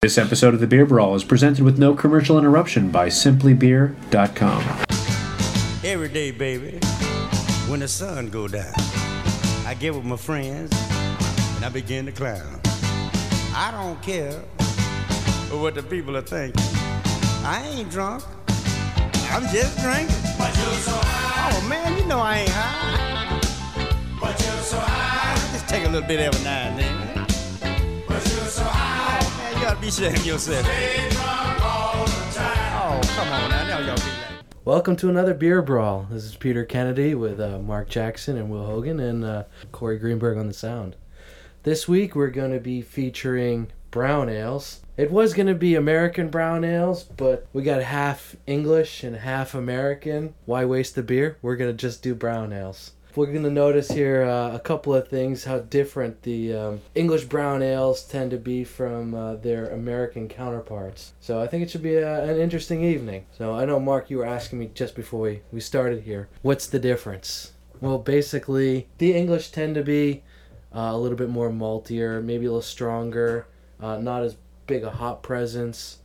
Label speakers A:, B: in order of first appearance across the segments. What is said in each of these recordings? A: This episode of The Beer Brawl is presented with no commercial interruption by simplybeer.com.
B: Every day, baby, when the sun go down, I get with my friends and I begin to clown. I don't care what the people are thinking. I ain't drunk. I'm just drinking. Oh man, you know I ain't high. I just take a little bit every now and then. Oh man, you ought to be ashamed of yourself. Oh come on now, now y'all be like.
C: Welcome to another beer brawl. This is Peter Kennedy with uh, Mark Jackson and Will Hogan and uh, Corey Greenberg on the sound. This week we're going to be featuring brown ales. It was going to be American brown ales, but we got half English and half American. Why waste the beer? We're going to just do brown ales. We're going to notice here uh, a couple of things how different the um, English brown ales tend to be from uh, their American counterparts. So I think it should be uh an interesting evening. So I know, Mark, you were asking me just before we, we started here what's the difference? Well, basically, the English tend to be uh, a little bit more maltier, maybe a little stronger, uh, not as big a hop presence.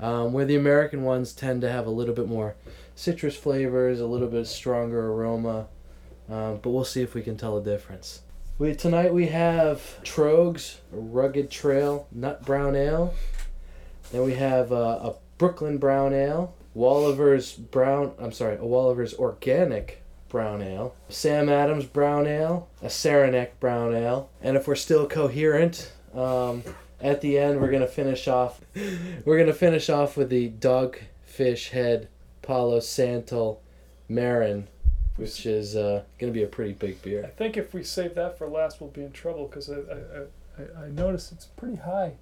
C: Um, where the American ones tend to have a little bit more citrus flavors, a little bit stronger aroma, um, but we'll see if we can tell the difference. We, tonight we have Trogs Rugged Trail Nut Brown Ale. Then we have uh, a Brooklyn Brown Ale, Walliver's Brown. I'm sorry, a Walliver's Organic Brown Ale, Sam Adams Brown Ale, a Saranac Brown Ale, and if we're still coherent, um, at the end we're gonna finish off. We're gonna finish off with the Dogfish Head Palo Santo Marin, which is uh, gonna be a pretty big
D: I
C: beer.
D: think if we save that for last, we'll be in trouble because I, I, I, I- I noticed it's pretty high.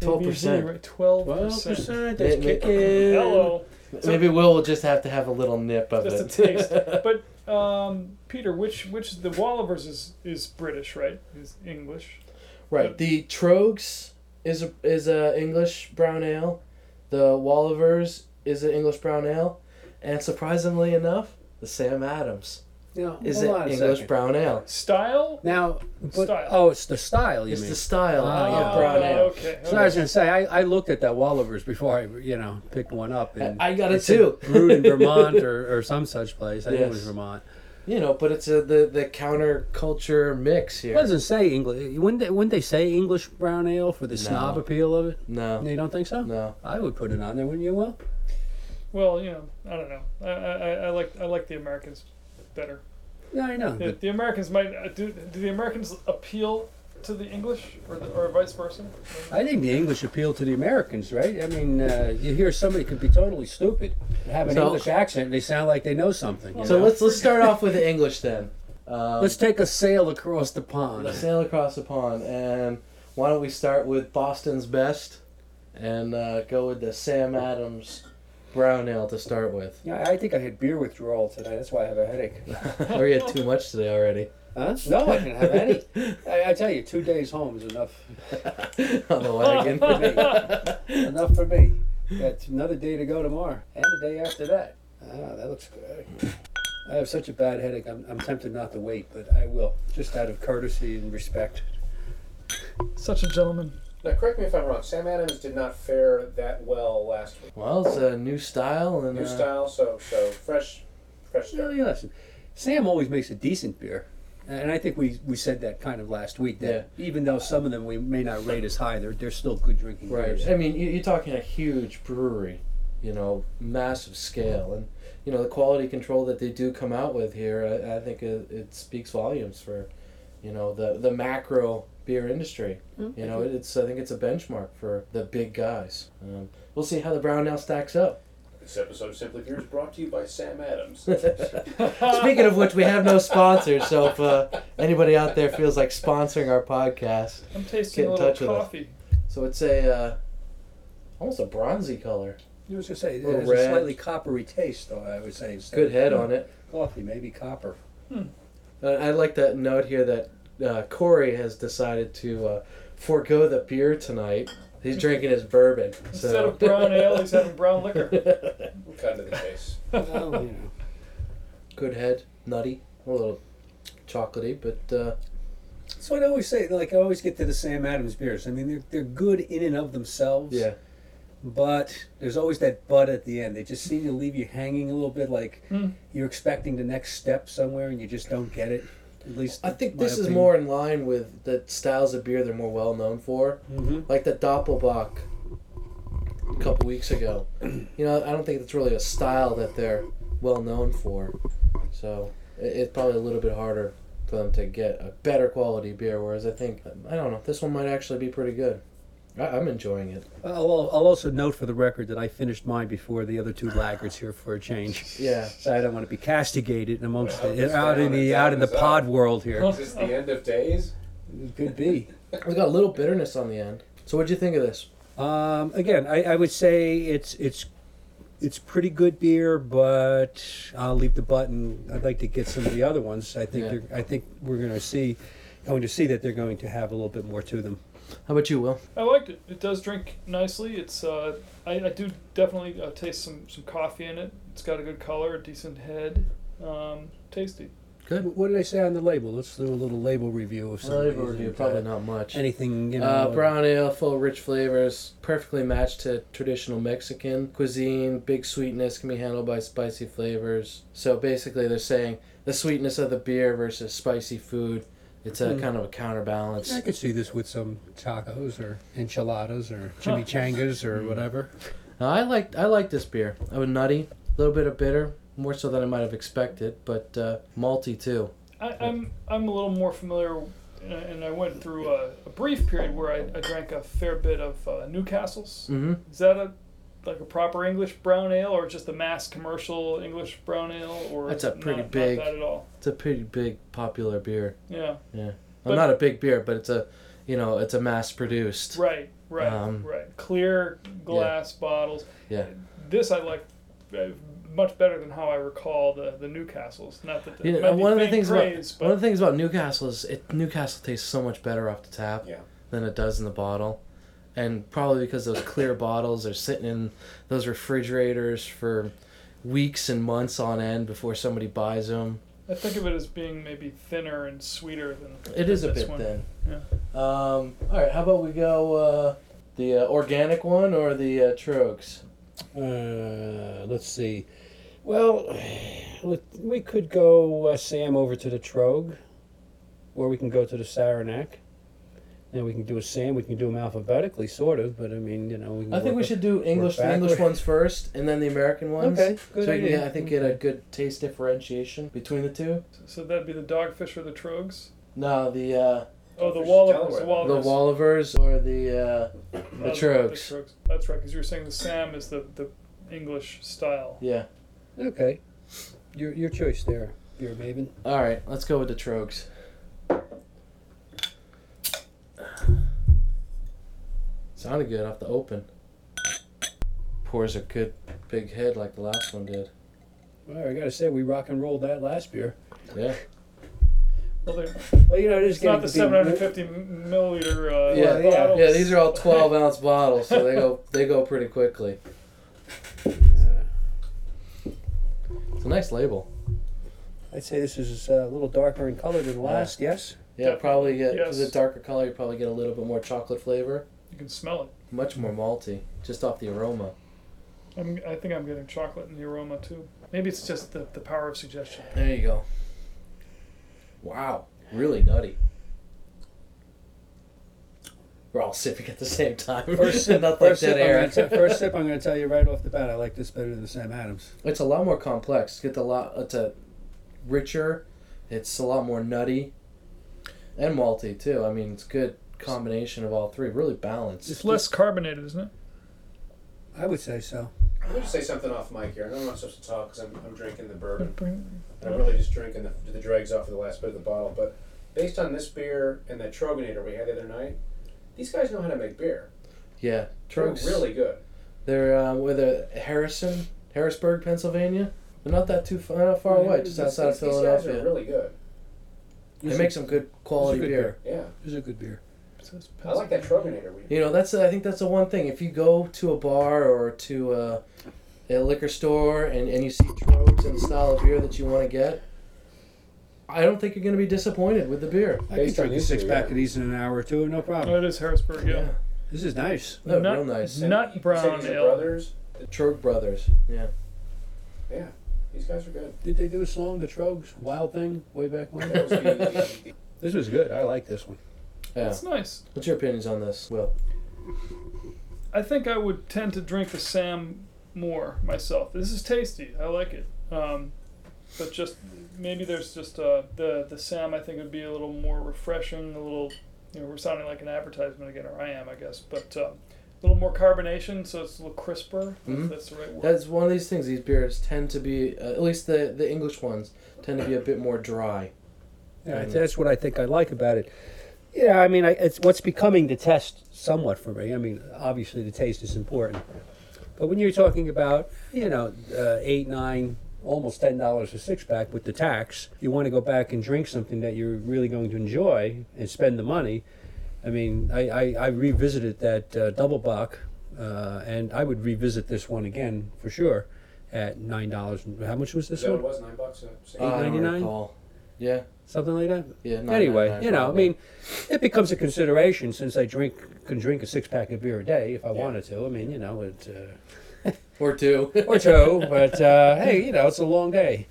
C: 12%.
D: Twelve percent.
E: 12%
C: May-
E: is
C: may-
E: kicking.
D: Hello,
C: Maybe we'll just have to have a little nip of
D: just a
C: it.
D: taste. But um, Peter, which which the Wallivers is is British, right? Is English.
C: Right. The Trogs is a is a English brown ale. The Wallivers is an English brown ale, and surprisingly enough, the Sam Adams
E: Now,
C: is
E: hold
C: an
E: on a
C: English
E: second.
C: brown ale.
D: Style.
E: Now, but,
D: Style.
E: oh, it's the style you
C: It's
E: mean.
C: the style
E: Ah,
C: of
E: yeah.
C: brown
D: Oh,
C: ale.
D: Okay.
E: so I was
D: okay.
E: gonna say I, I looked at that Wallivers before I you know picked one up and
C: I got it
E: said
C: too.
E: brewed in Vermont or, or some such place. I think it was
C: Yes.
E: Vermont.
C: You know, but it's a, the the counterculture mix
E: It
C: here.
E: doesn't say English. Wouldn't they, wouldn't they say English brown ale for the snob appeal of it?
C: No,
E: You don't think so?
C: no.
E: I would put it on there, wouldn't you? Will?
D: Well, you know, I don't know. I, I, I- I like I like the Americans better.
E: yeah, I know.
D: The,
E: But
D: the Americans might uh, do. Do the Americans appeal to the English or the, or vice versa?
E: I think the English appeal to the Americans, right? I mean, uh, you hear somebody could be totally stupid, have an
C: So-
E: English accent, and they sound like they know something. you
C: So
E: know?
C: let's let's start off with the English then. Um,
E: Let's take a sail across the pond.
C: let's sail across the pond, and why don't we start with Boston's best, and uh, go with the Sam Adams brown ale to start with.
E: Yeah, I think I had beer withdrawal today. That's why I have a headache.
C: or you had too much today already
E: Huh? No, I didn't have any. I, I tell you, two days home is enough
C: on the wagon.
E: for me. enough for me. Got another day to go tomorrow, and the day after that. Ah, that looks good. I have such a bad headache. I'm, I'm tempted not to wait, but I will, just out of courtesy and respect.
D: Such a gentleman.
F: Now, correct me if I'm wrong. Sam Adams did not fare that well last week.
C: well, it's a new style and
F: New
C: uh,
F: style, so so fresh, fresh
E: You know,
F: start.
E: you listen, Sam always makes a decent beer. And I think we, we said that kind of last week that even though some of them we may not rate as high, they're, they're still good drinking
C: Right.
E: beers.
C: I mean, you- you're talking a huge brewery, you know, massive scale, and you know the quality control that they do come out with here. I, I think it, it speaks volumes for, you know, the the macro beer industry. You know, it's I think it's a benchmark for the big guys. Um, we'll see how the brown ale stacks up.
F: This episode of Simply Beer is brought to you by Sam Adams.
C: Speaking of which, we have no sponsors, so if uh, anybody out there feels like sponsoring our podcast,
D: I'm
C: Get
D: tasting
C: in
D: a little
C: touch with us.
D: coffee.
C: So it's a uh, almost a bronzy color.
E: You was gonna say it
C: Little
E: has
C: red.
E: a slightly coppery taste, though. I would say instead
C: Good
E: of
C: head on it.
E: Coffee, maybe copper.
C: Uh, I like that note here that uh, Corey has decided to uh, forego the beer tonight. He's drinking his bourbon. So.
D: Instead of brown ale, he's having brown liquor.
F: Kind of the case.
E: well, you know,
C: Good head, nutty, a little chocolatey, but uh,
E: That's what I always say. Like I always get to the Sam Adams beers. I mean, they're they're good in and of themselves.
C: Yeah.
E: But there's always that but at the end. They just seem to leave you hanging a little bit, like
C: Hmm.
E: you're expecting the next step somewhere and you just don't get it. At least
C: I think
E: my
C: this is
E: opinion.
C: more in line with the styles of beer they're more well known for,
E: Mhm.
C: like the Doppelbock a couple weeks ago. You know, I don't think it's really a style that they're well known for, so it, it's probably a little bit harder for them to get a better quality beer. Whereas I think I don't know, this one might actually be pretty good. I, I'm enjoying it.
E: I'll, I'll also note for the record that I finished mine before the other two laggards here for a change.
C: Yeah.
E: So I don't want to be castigated amongst the,
F: this
E: out in
F: man
E: the
F: is
E: out in the
F: up.
E: pod world here.
F: Is this the end of days?
E: It could be.
C: It's got a little bitterness on the end. So what'd you think of this?
E: Um, again, I, I would say it's it's it's pretty good beer, but I'll leave the button. I'd like to get some of the other ones. I think
C: Yeah.
E: they're, I think we're going to see going to see that they're going to have a little bit more to them.
C: How about you, Will?
D: I liked it. It does drink nicely. It's uh, I, I do definitely uh, taste some some coffee in it. It's got a good color, a decent head, um, tasty.
C: Good.
E: What did I say on the label? Let's do a little label review of some. of these.
C: probably not much.
E: Anything you know?
C: Uh, brown ale, full of rich flavors, perfectly matched to traditional Mexican cuisine. Big sweetness can be handled by spicy flavors. So basically, they're saying the sweetness of the beer versus spicy food. It's a kind of a counterbalance.
E: I could see this with some tacos or enchiladas or chimichangas or whatever.
C: Now, I like I like this beer. I was nutty, a little bit of bitter, more so than I might have expected, but uh, malty too.
D: I, I'm I'm a little more familiar, and I, and I went through a, a brief period where I, I drank a fair bit of uh, Newcastle's.
C: Mm-hmm.
D: Is that a like a proper English brown ale, or just a mass commercial English brown ale, or
C: That's a
D: not-
C: pretty
D: not
C: big-
D: that at all?
C: It's a pretty big popular beer.
D: Yeah,
C: I'm
D: But-
C: not a big beer, but it's a you know it's a mass produced.
D: right, right,
C: Um,
D: right. Clear glass bottles.
C: Yeah.
D: This I like uh, much better than how I recall the the Newcastle's. Not that the,
C: You know,
D: might
C: and
D: be
C: one of the
D: faint
C: things
D: praise,
C: about
D: but
C: one of the things about Newcastle is it Newcastle tastes so much better off the tap
F: Yeah.
C: than it does in the bottle, and probably because those clear bottles are sitting in those refrigerators for weeks and months on end before somebody buys them.
D: I think of it as being maybe thinner and sweeter than
C: It is a
D: This
C: bit
D: one,
C: thin. Um, all right, how about we go uh, the uh, organic one or the uh, Trogs?
E: Uh, let's see. Well, let- we could go uh, Sam over to the Trogue, or we can go to the Saranac. And we can do a Sam. We can do them alphabetically, sort of. But I mean, you know, we can
C: I think
E: work
C: we
E: up-
C: should do English the English
E: backward.
C: ones first, and then the American ones.
E: Okay, good
C: so I can,
E: idea.
C: I think get a good taste differentiation between the two.
D: So that'd be the dogfish or the trogs.
C: No, the uh,
D: Oh, the
F: Dogfish is
D: Wallivers. The
F: Delaware.
C: the
D: Wallivers.
C: Wallivers or the uh,
D: Uh,
C: the Trogs.
D: the That's right, because you were saying the Sam is the, the English style.
C: Yeah.
E: Okay, your your choice there, your maven.
C: All right, let's go with the Trogs. Sounded good off the open. Pours a good big head like the last one did.
E: Well, I gotta say, we rock and rolled that last beer.
C: Yeah.
D: Well, they're-
E: Well, you know, it is
D: it's not the
E: getting to be-
D: 750 m- milliliter. Uh,
C: yeah,
E: yeah.
D: bottles.
C: yeah. These are all twelve ounce bottles, so they go they go pretty quickly. It's a nice label.
E: I'd say this is uh, a little darker in color than the last. Yes.
C: Yeah, probably get
D: Yes.
C: the darker color. You probably get a little bit more chocolate flavor,
D: You can smell it.
C: much more malty, just off the aroma.
D: I'm, I think I'm getting chocolate in the aroma too. Maybe it's just the, the power of suggestion.
C: There you go. Wow, really nutty. We're all sipping at the same time.
E: First sip,
C: Not like
E: first, sip
C: that
E: I'm
C: air.
E: gonna te- first sip, I'm going to tell you right off the bat, I like this better than the Sam Adams.
C: It's a lot more complex. It's a lot. It's a richer. It's a lot more nutty, and malty too. I mean, it's a good combination of all three. Really balanced.
D: It's less carbonated, isn't it?
E: I would say so.
F: Let me just say something off mic here. I know I'm not supposed to talk because I'm, I'm drinking the bourbon.
D: Bring-
F: And I'm really just drinking the, the dregs off of the last bit of the bottle. But based on this beer and that Troganator we had the other night, these guys know how to make beer.
C: Yeah,
F: They're
C: Trogs.
F: really good.
C: They're uh, with a Harrison, Harrisburg, Pennsylvania. They're not that too far, not far away, just
F: These-
C: outside
F: these-
C: of
F: These guys are
C: Philadelphia.
F: really good.
C: They make some good quality
E: good
C: beer.
E: beer.
F: Yeah.
E: This is a good beer.
D: says
F: I like that Troganator we
C: You know, that's I think that's the one thing. If you go to a bar or to a, a liquor store and, and you see trogs and the style of beer that you want to get, I don't think you're going to be disappointed with the beer.
E: I could
F: Based on
E: drink a
F: these
E: six
F: two,
E: pack
F: yeah.
E: of these in an hour or two, no
D: Oh,
E: problem.
D: it is Harrisburg, yeah.
E: This is nice.
C: No,
D: Nut-
C: real nice.
D: n- Nut
F: You said
D: brown
F: these are
D: ale.
F: brothers.
C: Trogue Brothers. Yeah.
F: Yeah, these guys are good.
E: Did they do a song, The Trogues, Wild Thing, way back when?
F: That was the, the, the
E: this was good. I like this one.
C: Yeah.
D: It's nice.
C: What's your opinions on this, Will?
D: I think I would tend to drink the Sam more myself. This is tasty. I like it. Um, but just maybe there's just uh, the the Sam. I think would be a little more refreshing. A little, you know, we're sounding like an advertisement again, or I am, I guess. But uh, a little more carbonation, so it's a little crisper. if
C: Mhm.
D: That's the right word.
C: That's one of these things. These beers tend to be, uh, at least the, the English ones, tend to be a bit more dry.
E: Yeah, I- that's what I think I like about it. Yeah, I mean, I, it's what's becoming the test somewhat for me. I mean, obviously the taste is important, but when you're talking about you know uh, eight, nine, almost ten dollars a six pack with the tax, you want to go back and drink something that you're really going to enjoy and spend the money. I mean, I, I, I revisited that uh, double buck, uh, and I would revisit this one again for sure at nine dollars. How much was this
F: that
E: one?
F: was nine bucks. A six.
C: Uh, I don't
E: 8.99?
C: recall. Yeah.
E: Something like that.
C: Yeah.
E: Anyway,
C: 9.99
E: you know, I
C: probably.
E: mean, it becomes a consideration since I drink can drink a six pack of beer a day if I wanted to. I mean, you know, it uh,
C: Or two.
E: or two, but uh, hey, you know, it's a long day.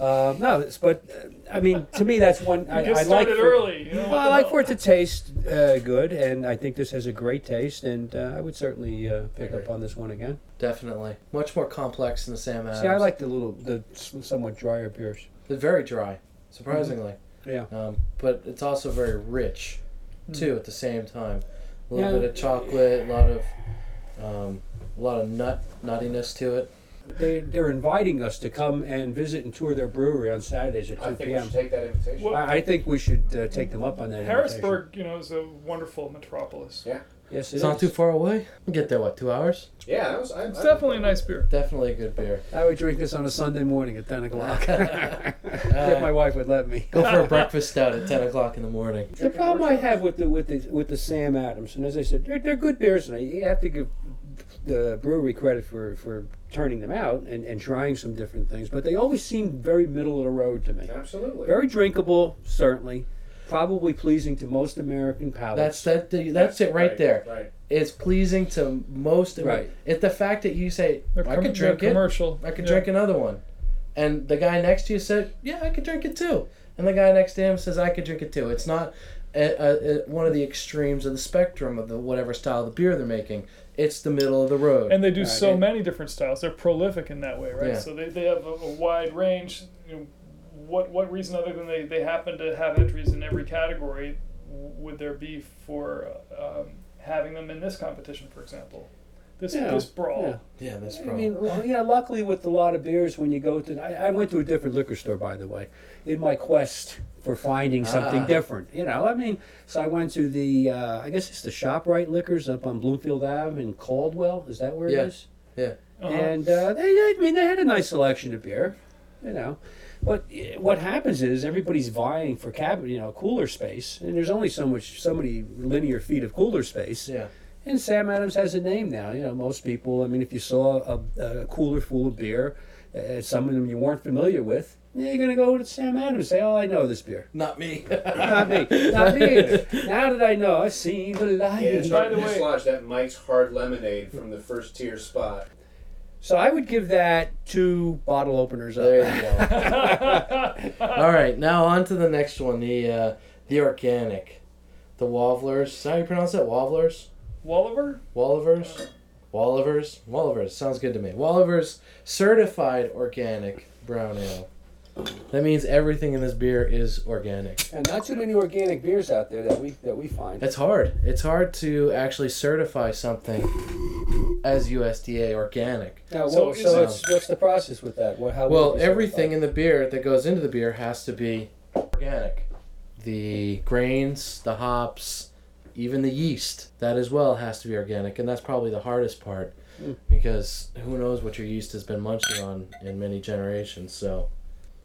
E: Um, no, it's, but uh, I mean, to me, that's one I,
D: you just
E: I like.
D: started
E: for-
D: early. You know,
E: well, I like for it to taste uh, good, and I think this has a great taste, and uh, I would certainly uh, pick up on this one again.
C: Definitely. Much more complex than the Sam
F: Uh,
C: Adams.
E: See, I like the little, the s- somewhat drier beers.
C: They're very dry, surprisingly.
E: Yeah.
C: Um, but it's also very rich, too, at the same time. A little
E: Yeah.
C: bit of chocolate, a lot of, um, a lot of nut nuttiness to it.
E: They, they're inviting us to come and visit and tour their brewery on Saturdays at
F: I
E: 2
F: think we
E: p.m.
F: should take that invitation.
D: Well-
E: I, I think we should uh, take them up on that. invitation.
D: Harrisburg, you know, is a wonderful metropolis.
F: Yeah.
E: Yes, it
C: It's not
E: is.
C: too far away. We get there what two hours?
F: yeah, that was. I,
D: It's
F: I-
D: definitely a nice beer.
C: Definitely a good beer.
E: I would drink this on a Sunday morning at 10 o'clock. if my
C: Uh,
E: wife would let me.
C: go for a breakfast stout at ten o'clock in the morning.
E: The problem I have with the with the with the Sam Adams, and as I said, they're, they're good beers, and I- you have to give the brewery credit for for turning them out and, and trying some different things. But they always seem very middle of the road to me.
F: Absolutely.
E: Very drinkable, certainly, probably pleasing to most American
C: That's
E: palates.
C: that. That's it right there.
F: Right.
C: It's pleasing to most. of
E: Right.
C: It's the fact that you say
D: They're
C: I
D: com-
C: could drink
D: they're
C: it.
D: commercial.
C: I could
D: Yeah.
C: drink another one. And the guy next to you said, Yeah, I could drink it too. And the guy next to him says, I could drink it too. It's not a, a, a, one of the extremes of the spectrum of the whatever style of beer they're making. It's the middle of the road.
D: And they do
E: Right.
D: so many different styles. They're prolific in that way, right?
C: Yeah.
D: So they, they have a, a wide range. You know, what what reason other than they, they happen to have entries in every category w- would there be for um, having them in this competition, for example? This
E: Yeah,
D: this brawl.
E: yeah.
C: yeah, that's
E: I
C: probably.
E: mean, well, yeah. Luckily, with a lot of beers, when you go to, I, I went to a different liquor store, by the way, in my quest for finding something
C: Ah.
E: different. You know, I mean, so I went to the, uh, I guess it's the Shoprite Liquors up on Bloomfield Ave in Caldwell. Is that where
C: Yeah.
E: it is?
D: Uh-huh.
E: And uh, they, I mean, they had a nice selection of beer. You know, but eh, what happens is everybody's vying for cabin, you know, cooler space, and there's only so much, so many linear feet of cooler space.
C: Yeah.
E: And Sam Adams has a name now. You know, most people. I mean, if you saw a, a cooler full of beer, uh, some of them you weren't familiar with, yeah, you're gonna go to Sam Adams. and Say, oh, I know this beer.
C: Not me.
E: Not me. Not me. Either. Now that I know, I see the light.
F: Yeah, it's
D: By
F: hard
D: the
F: to
D: way-
F: dislodge that Mike's hard lemonade from the first tier spot.
E: So I would give that two bottle openers. Up.
C: there you go. All right, now on to the next one the uh, the organic. The Wavlers. Is that how you pronounce that? Wavlers?
D: Wolliver?
C: Wallivers, Wallivers, Wallivers. Sounds good to me. Wallivers certified organic brown ale. That means everything in this beer is organic.
E: And not too many organic beers out there that we that we find.
C: It's hard. It's hard to actually certify something as USDA organic.
E: Now,
D: So
E: well,
D: is
E: so,
D: it-
E: it's, what's the process with that? What, how would it
C: Well,
E: be
C: everything
E: certified?
C: in the beer that goes into the beer has to be organic. The grains, the hops, even the yeast, that as well has to be organic. And that's probably the hardest part because who knows what your yeast has been munching on in many generations. So,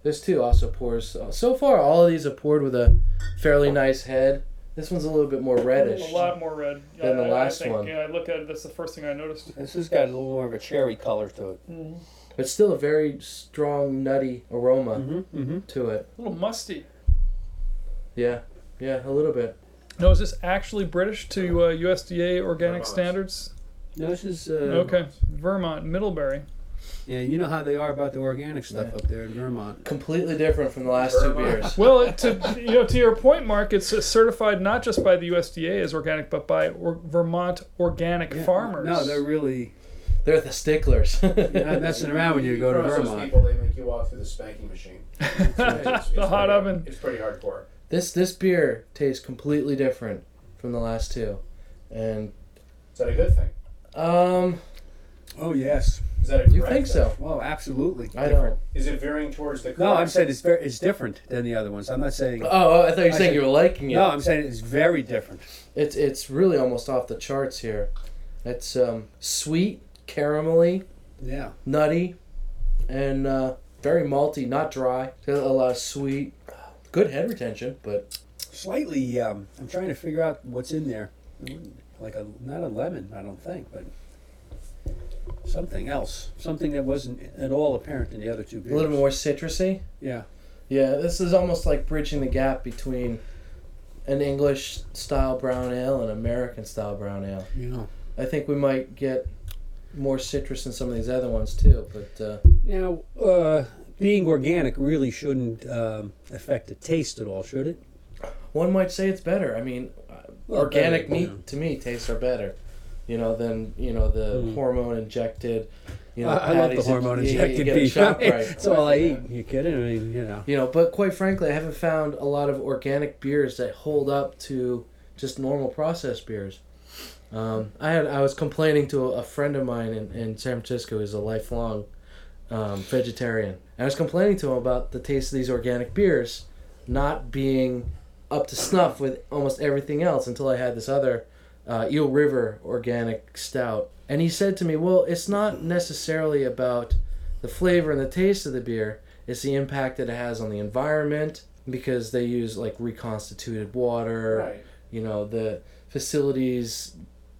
C: this too also pours. uh, So far, all of these are poured with a fairly nice head. This one's a little bit more reddish.
D: A lot more red.
C: Than the
D: I- I,
C: last
D: I think,
C: one.
D: Yeah, I look at it. That's the first thing I noticed.
E: This has got a little more of a cherry color to it.
C: Mm-hmm. But still a very strong, nutty aroma
E: Mm-hmm. Mm-hmm.
C: to it.
D: A little musty.
C: Yeah, yeah, a little bit.
D: No, is this actually British to uh, USDA organic
F: Vermont.
D: standards?
E: No, this is. Uh,
D: Okay, Vermont, Middlebury.
E: Yeah, you know how they are about the organic stuff up there in Vermont.
C: Completely different from the last two
F: Vermont.
C: beers.
D: Well, it- to you know, to your point, Mark, it's uh, certified not just by the USDA as organic, but by or- Vermont organic
E: Yeah.
D: farmers.
E: No, they're really
C: They're the sticklers.
E: you're not messing around when you go to
F: cross those
E: Vermont.
F: people, they make you walk through the spanking machine.
D: The hot
F: pretty-
D: oven.
F: It's pretty hardcore.
C: this this beer tastes completely different from the last two, and
F: Is that a good thing?
C: um,
E: Oh yes.
F: Is that a
C: you
F: correct
C: think
F: thing?
C: so?
E: Well, absolutely.
C: I don't.
F: Is it veering towards the?
E: No,
F: correct
E: I'm saying
F: thing?
E: it's very, it's different than the other ones. I'm not saying.
C: Oh, I thought you were
E: I
C: saying
E: should-
C: you were liking it.
E: No, I'm saying it's very different.
C: It's it's really almost off the charts here. It's um sweet, caramelly,
E: Yeah.
C: nutty, and uh, very malty, not dry. Got A lot of sweet, good head retention, but
E: Slightly. Um, I'm trying to figure out what's in there. Like a not a lemon, I don't think, but something else, something that wasn't at all apparent in the other two
C: a
E: beers.
C: little bit more citrusy.
E: Yeah.
C: Yeah, this is almost like bridging the gap between an English style brown ale and American style brown ale.
E: You know.
C: I think we might get more citrus in some of these other ones too, but uh,
E: Now, uh, being organic really shouldn't um, affect the taste at all, should it?
C: one might say it's better. I mean, uh,
E: Well,
C: organic
E: better,
C: meat
E: yeah.
C: to me tastes are better, you know, than you know the hormone injected. You know,
E: Mm. I, I love the
C: patties that-
E: hormone
C: yeah, yeah,
E: injected
C: you get it
E: beef.
C: chopped right.
E: That's all I eat. You kidding? I mean, you know.
C: You know, but quite frankly, I haven't found a lot of organic beers that hold up to just normal processed beers. Um, I had I was complaining to a, a friend of mine in, in San Francisco who's a lifelong um, vegetarian. And I was complaining to him about the taste of these organic beers not being up to snuff with almost everything else until I had this other uh, Eel River organic stout. And he said to me, "Well, it's not necessarily about the flavor and the taste of the beer. It's the impact that it has on the environment because they use like reconstituted water.
F: Right.
C: You know, the facilities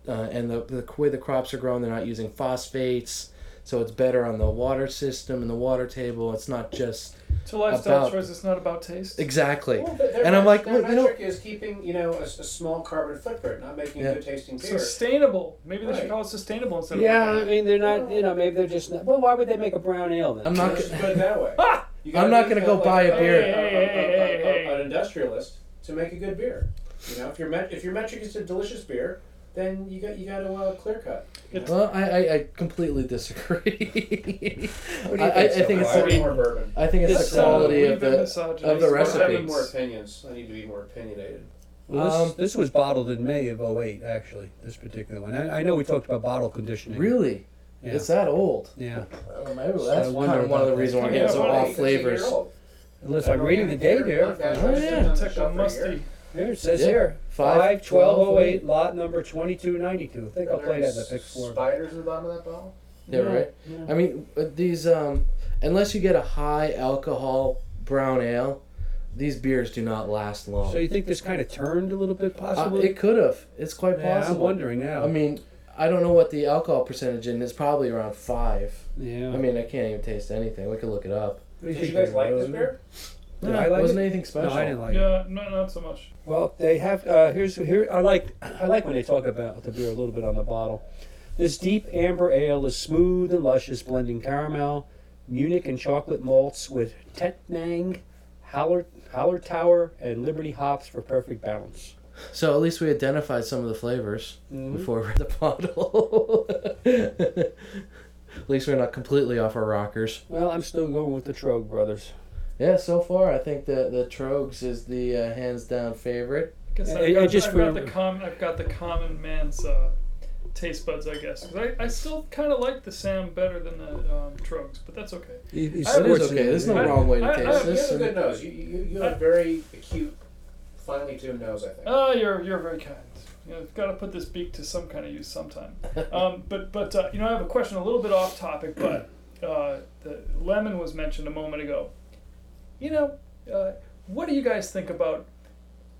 C: uh, and the, the way the crops are grown, they're not using phosphates, so it's better on the water system and the water table. It's not just
D: to lifestyle
C: about-
D: choice. It's not about taste.
C: exactly.
F: Well, their- their
C: And I'm
F: met-
C: like,
F: their
C: "Look, you know-
F: metric is keeping you know a, s- a small carbon footprint, not making
C: Yeah.
F: good tasting beer.
D: Sustainable. Maybe they should
F: Right.
D: call it sustainable instead of
E: Yeah, I
D: organic.
E: mean, they're not. You know, maybe they're just not. Well, why would they make a brown ale then?
C: I'm not.
F: Let's
C: Gonna,
F: just put it that way.
D: Ah!
F: You gotta
C: I'm not
F: be
C: gonna
F: kind of
C: go buy a
F: oh, yeah,
C: beer.
D: Hey,
F: a- a-
D: hey,
F: a-
D: hey,
F: a- An industrialist to make a good beer. You know, if your met- if your metric is a delicious beer, then you got you got to uh, clear cut. you know?
C: well, I, I, I completely disagree.
E: What do
C: I,
E: you
C: I, I think
F: I need
C: it's
F: more bourbon.
C: I think it's
E: This,
C: the
E: uh,
C: quality
D: we've
C: of
D: been
C: the
D: misogynist.
C: of the
D: We're
F: I'm having more
C: recipes.
F: opinions. I need to be more opinionated.
E: Well, this,
C: Um,
E: this was bottled in May of 08, actually. This particular one. I, I know we talked about bottle conditioning.
C: Really,
E: Yeah.
C: it's that old.
E: yeah.
C: Oh,
E: So I
C: that's
E: wonder
C: kind of one
E: about
C: of the
E: that.
C: reasons why I'm
D: Yeah,
C: getting so
D: why
C: off
D: they-
C: flavors.
E: Unless I'm reading the date here.
C: Oh, yeah.
D: Check the musty.
E: Here it says
C: Yeah.
E: here.
C: Five,
E: 5 12
C: 08,
E: 08, lot number 2292. I think I'll play that in the pick four.
F: Spiders in the bottom of that bottle.
C: Yeah,
E: Yeah,
C: right. I mean, uh, these um, unless you get a high alcohol brown ale, these beers do not last long.
E: So you think this kind of turned a little bit,
C: Uh,
E: possibly?
C: it could have. It's quite
E: yeah, I'm
C: possible.
E: wondering now.
C: I mean, I don't know what the alcohol percentage in is. Probably around five.
E: yeah.
C: I mean, I can't even taste anything. We could look it up.
E: What do
F: Did you
E: think,
F: guys like this
E: Rose?
F: beer?
E: Did
C: Yeah,
E: I like
C: it wasn't
E: it?
C: anything
E: No,
C: special.
E: I didn't like it.
D: Yeah, not not so much.
E: Well, they have. Uh, here's here. I like I like when they talk about the beer a little bit on the bottle. This deep amber ale is smooth and luscious, blending caramel, Munich and chocolate malts with Tetnang, Howler Howler Tower, and Liberty hops for perfect balance.
C: So at least we identified some of the flavors
E: Mm-hmm.
C: before we read the bottle. at least we're not completely off our rockers.
E: Well, I'm still going with the Trogue brothers.
C: Yeah, so far I think the the Trogs is the uh, hands down favorite.
D: I guess
E: I-
D: I've,
E: I
D: got,
E: just
D: I've, got the
E: remember-
D: com- I've got the common man's uh, taste buds, I guess. 'Cause I, I still kind of like the Sam better than the um, Trogs, but that's okay.
E: It is
C: It is okay. There's no
D: I-
C: wrong way to
D: I-
C: taste
D: I-
F: You
C: this.
F: have a good nose. You, you, you have a very acute, finely tuned nose, I think.
D: Ah, you're you're very kind. You know, I've got to put this beak to some kind of use sometime. Um, but but uh, you know, I have a question a little bit off topic, but uh, the lemon was mentioned a moment ago. You know, uh, what do you guys think about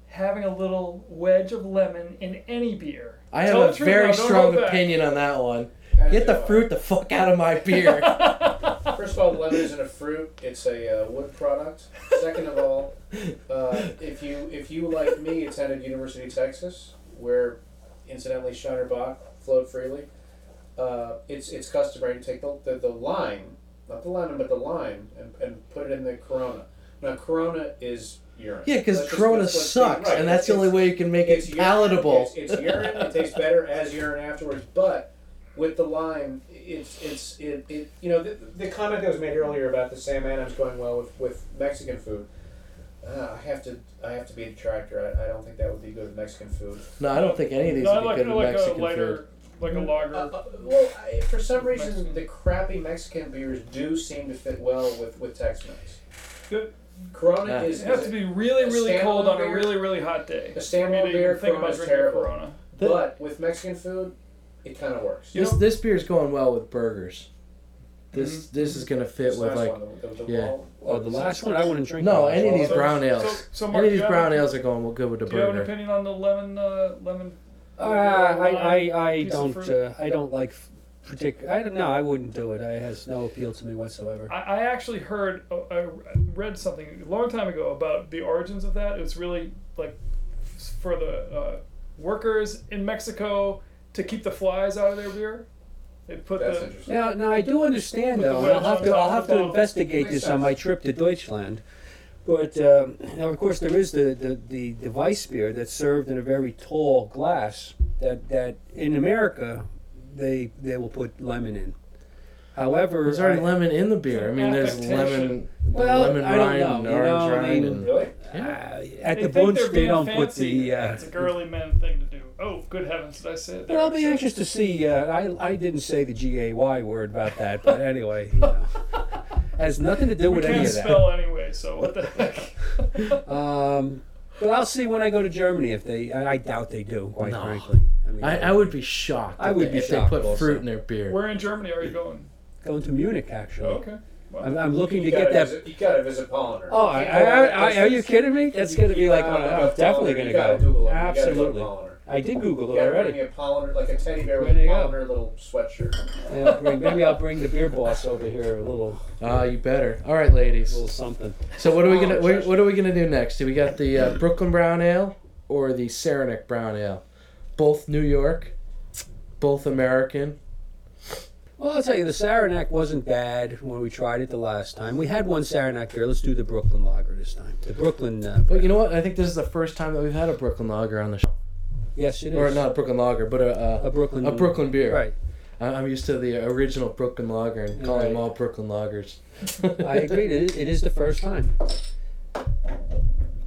D: having a little wedge of lemon in any beer?
C: I
D: Tell the
C: have a
D: truth now,
C: very
D: don't
C: strong
D: hold back.
C: opinion on that one.
F: As
C: Get
F: do
C: the
F: I.
C: fruit the fuck out of my beer.
F: First of all, the lemon isn't a fruit; it's a uh, wood product. Second of all, uh, if you if you like me, it's out of University of Texas, where incidentally Shiner Bach flowed freely. Uh, it's it's customary to take the, the, the lime, not the lemon, but the lime, and, and put it in the Corona. Now Corona is urine.
C: Yeah, because
F: Let's just-
C: Corona
F: let's- let's be-
C: sucks,
F: right,
C: and that's the
F: it's-
C: only way you can make
F: it's
C: it
F: urine,
C: palatable.
F: It's, it's urine. It tastes better as urine afterwards, but with the lime, it's it's it, it you know the, the comment that was made earlier about the Sam Adams going well with, with Mexican food. Uh, I have to I have to be a detractor. I, I don't think that would be good with Mexican food.
C: No, I don't think any of these
D: No, I
C: would be
D: like,
C: good
D: I
C: in
D: like a
C: Mexican
D: lighter,
C: food.
D: like a
F: Uh,
D: lager.
F: uh, well, I, for some reason,
D: Mexican.
F: the crappy Mexican beers do seem to fit well with with Tex-Mex.
D: Good.
F: Corona
C: Yeah.
F: is,
D: it has
F: is
D: to be really,
F: a
D: really cold on
F: standalone
D: a
F: beer?
D: really, really hot
F: a
D: day. I mean,
F: standalone
D: to
F: beer.
D: even think about
F: Corona's
D: drinking
F: terrible,
D: Corona.
F: but with Mexican food, it kind of works.
C: This this beer's going well with burgers. This
D: Mm-hmm.
C: this is gonna fit
F: It's
C: with
F: nice
C: like
F: one, the- the- the
C: yeah.
F: wall-
E: Oh, the last one I wouldn't drink.
C: no
E: the last
C: any of
E: one.
C: these
D: So-
C: brown ales.
D: so- so,
C: any
D: Mark,
C: of
D: do
C: these
D: you have
C: brown
D: a-
C: ales are going well good with the
D: Do you have an
C: burger.
D: opinion on the lemon, uh, lemon?
E: Uh, I, I, I
D: Piece of
E: don't
D: fruit.
E: uh, I don't like particular. I don't know. I wouldn't do it. I- It has no appeal to me whatsoever.
D: I, I actually heard, uh, I read something a long time ago about the origins of that. It's really like for the uh, workers in Mexico to keep the flies out of their beer. They put
F: That's
D: the
F: interesting.
E: Now, now I do understand though, and
D: Well,
E: I'll have to I'll have to
D: well,
E: investigate this on my trip to Deutschland. But um, now, of course, there is the the, the device beer that's served in a very tall glass that that in America they they will put lemon in. However,
C: There's already
E: I-
C: lemon in the beer. I mean, there's
D: Affectation.
C: lemon,
E: Well,
C: lemon
E: I don't
C: rind,
E: know,
C: and
E: you know,
C: orange
E: I
C: rind,
E: mean-
C: and
F: Really?
E: uh,
D: They
E: at the
D: think
E: bunch
D: they're
E: they
D: being
E: don't put
D: fancy.
E: the. Uh,
D: It's a girly man thing to do. Oh, good heavens! Did I say it?
E: But
D: There?
E: I'll be anxious to see. Uh, I I didn't say the G A Y word about that, but anyway, you know, has nothing to do
D: We
E: with any
D: can't
E: of that.
D: spell anyway, so what the heck?
E: Um, but I'll see when I go to Germany if they. I, I doubt they do, quite
C: No.
E: frankly. I mean,
C: I, I would be shocked.
E: I
C: if
E: would
C: they-
E: be
C: if
E: shocked
C: they put
E: also.
C: fruit in their beer.
D: Where in Germany are you going?
E: going to Munich actually.
D: Okay.
E: I'm, I'm looking
F: You
E: to get
F: gotta
E: that.
F: visit- You gotta visit Polliner.
E: Oh, I, I, I, are you kidding me? That's going to be like.
F: Uh,
E: one of- I'm definitely
F: Polliner,
E: going to
F: you gotta Google
E: go.
F: it. You gotta go to
E: Absolutely.
F: Polliner.
E: I did Google
F: You
E: it
F: gotta bring
E: already.
F: me a Polliner, like a teddy bear with
E: There
F: a
E: you go.
F: Polliner little sweatshirt.
E: Yeah, I'll bring- maybe I'll bring the beer boss over here a little,
C: Ah, you better. All right, ladies.
E: little something.
C: So what are we
F: Oh,
C: gonna what,
F: just-
C: what are we gonna do next? Do we got the uh, Brooklyn Brown Ale or the Saranac Brown Ale? Both New York, both American.
E: Well, I'll tell you, the Saranac wasn't bad when we tried it the last time. We had one Saranac here. Let's do the Brooklyn Lager this time. The Brooklyn. Uh,
C: But you know what? I think this is the first time that we've had a Brooklyn Lager on the show,
E: yes, it is.
C: or not a Brooklyn Lager, but a
E: a
C: a,
E: Brooklyn.
C: a Brooklyn beer.
E: Right.
C: I- I'm used to the original Brooklyn Lager and calling them
E: Right.
C: all Brooklyn Lagers.
E: I agree. It is, it is the first time.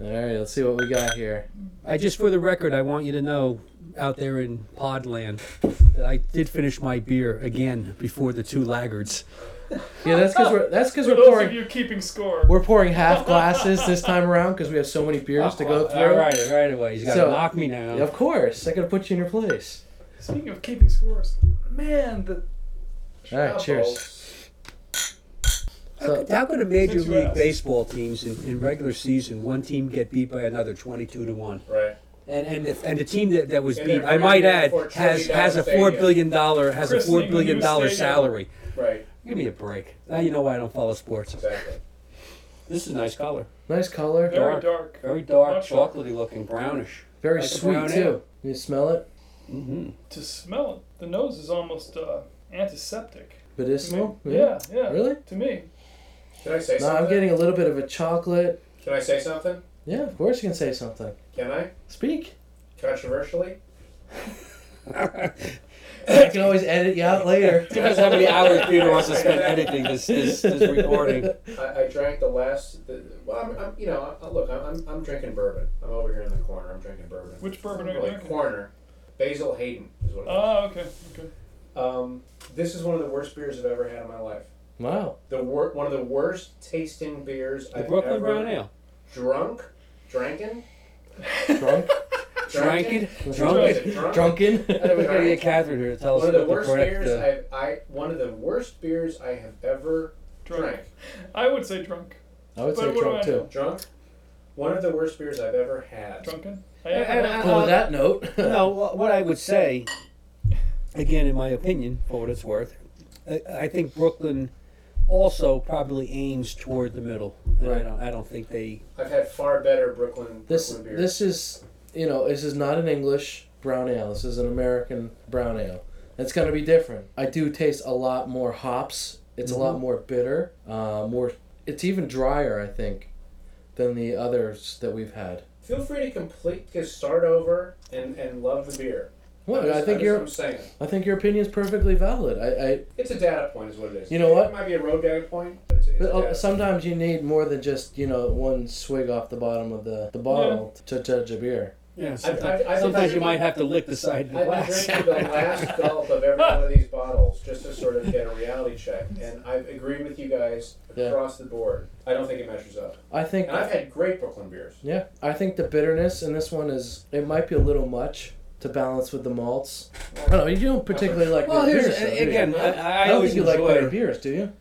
C: All right, let's see what we got here.
E: I just, for the record, I want you to know, out there in Podland, that I did finish my beer again before the two laggards.
C: Yeah, that's because we're that's because
D: For
C: we're
D: those of
C: pouring
D: you keeping score,
C: we're pouring half glasses this time around because we have so many beers to go
E: All
C: through.
E: right, right away. He's got to
C: So-
E: knock me down.
C: Yeah, of course, I gotta put you in your place.
D: speaking of keeping scores, man, the
C: All right, cheers.
F: Apples.
C: So,
E: How could a major
D: Since you
E: league
D: asked.
E: baseball teams in, in regular season one team get beat by another twenty-two to one?
F: Right.
E: And and the, and the team that, that was
F: And
E: beat,
F: they're
E: I might
F: bringing in
E: add,
F: for a
E: has
F: $20
E: has a four
F: stadium.
E: billion dollar has a four
D: Christening a
E: billion
D: new
E: dollar
D: stadium.
E: salary.
F: Right.
E: Give me a break. Now you know why I don't follow sports.
F: Exactly.
E: This is a nice color,
C: nice color,
D: very
E: Dark.
D: dark.
E: very dark,
D: Much dark.
E: chocolatey looking, brownish.
C: very
E: Like a
C: sweet
E: brown
C: too. You smell it?
E: Mm-hmm.
D: To smell it, the nose is almost uh, antiseptic. To me.
C: Medicinal?
D: Mm-hmm. Yeah, yeah.
C: Really?
D: To me,
F: Can I say
C: No, I'm
F: something?
C: getting a little bit of a chocolate.
F: Can I say something?
C: Yeah, of course you can say something.
F: Can I?
C: Speak.
F: Controversially?
C: I can always edit you out later.
E: Depends how many hours Peter wants to spend editing this this, this recording.
F: I, I drank the last. The, well, I'm, I'm, you know, I, look, I'm, I'm, I'm drinking bourbon. I'm over here in the corner. I'm drinking bourbon.
D: which bourbon are you
F: Like,
D: drinking?
F: corner. Basil Hayden is what it is.
D: Oh, okay, okay. Uh.
F: Um, this is one of the worst beers I've ever had in my life.
C: Wow.
F: The wor- one of the worst tasting beers
E: The
F: I've
E: Brooklyn
F: ever
E: Brown Ale.
F: drunk, drankin,
C: Drunk?
E: Drank it,
F: What
E: drunk
F: is
E: it.
F: it, drunk?
C: Drunken?
E: I think we gotta get Catherine here to tell us
F: One of the
E: what
F: worst
E: correct,
F: beers
E: uh,
F: I've, I one of the worst beers I have ever
D: Drunk.
F: drank.
D: I would say drunk.
C: I would
D: But
C: say
D: what do
C: drunk
D: I know?
C: too.
F: Drunk. One of the worst beers I've ever had.
D: Drunken. I,
E: And-
D: I-
E: and-
C: Well, with that note,
E: No, wha- what I would say, again, in my opinion, for what it's worth, I, I think Brooklyn also probably aims toward the middle. And I
C: Right.
E: don't, I don't think they.
F: I've had far better Brooklyn
C: This
F: Brooklyn beer.
C: this is you know this is not an English brown ale. This is an American brown ale. It's gonna be different. I do taste a lot more hops. It's
F: Mm-hmm.
C: a lot more bitter. Uh, more. It's even drier, I think, than the others that we've had.
F: Feel free to complete to start over and, and love the beer.
C: Well,
F: That's-
C: I think
F: that's what
C: your
F: I'm saying
C: I think your opinion is perfectly valid. I, I
F: it's a data point, is what it is.
C: You know what?
F: It might be a road data point, but it's, it's
C: But
F: a
C: uh,
F: data
C: sometimes you need more than just you know one swig off the bottom of the, the bottle to judge a beer.
E: Yeah,
F: sometimes- I've- I've- I've-
E: sometimes you might have to lick the side of the
F: I've been
E: glass.
F: drinking the last gulp of every one of these bottles just to sort of get a reality check, and I agree with you guys
C: Yeah.
F: across the board. I don't think it measures up,
C: I think
F: and I've had great Brooklyn beers.
C: yeah, I think the bitterness in this one is it might be a little much to balance with the malts. I don't know. You don't particularly like
E: Well,
C: bitter
E: here's
C: beers, though, do you?
E: again. I,
C: I
E: I
C: don't
E: always
C: think you like bitter
E: enjoy.
C: beers, do you?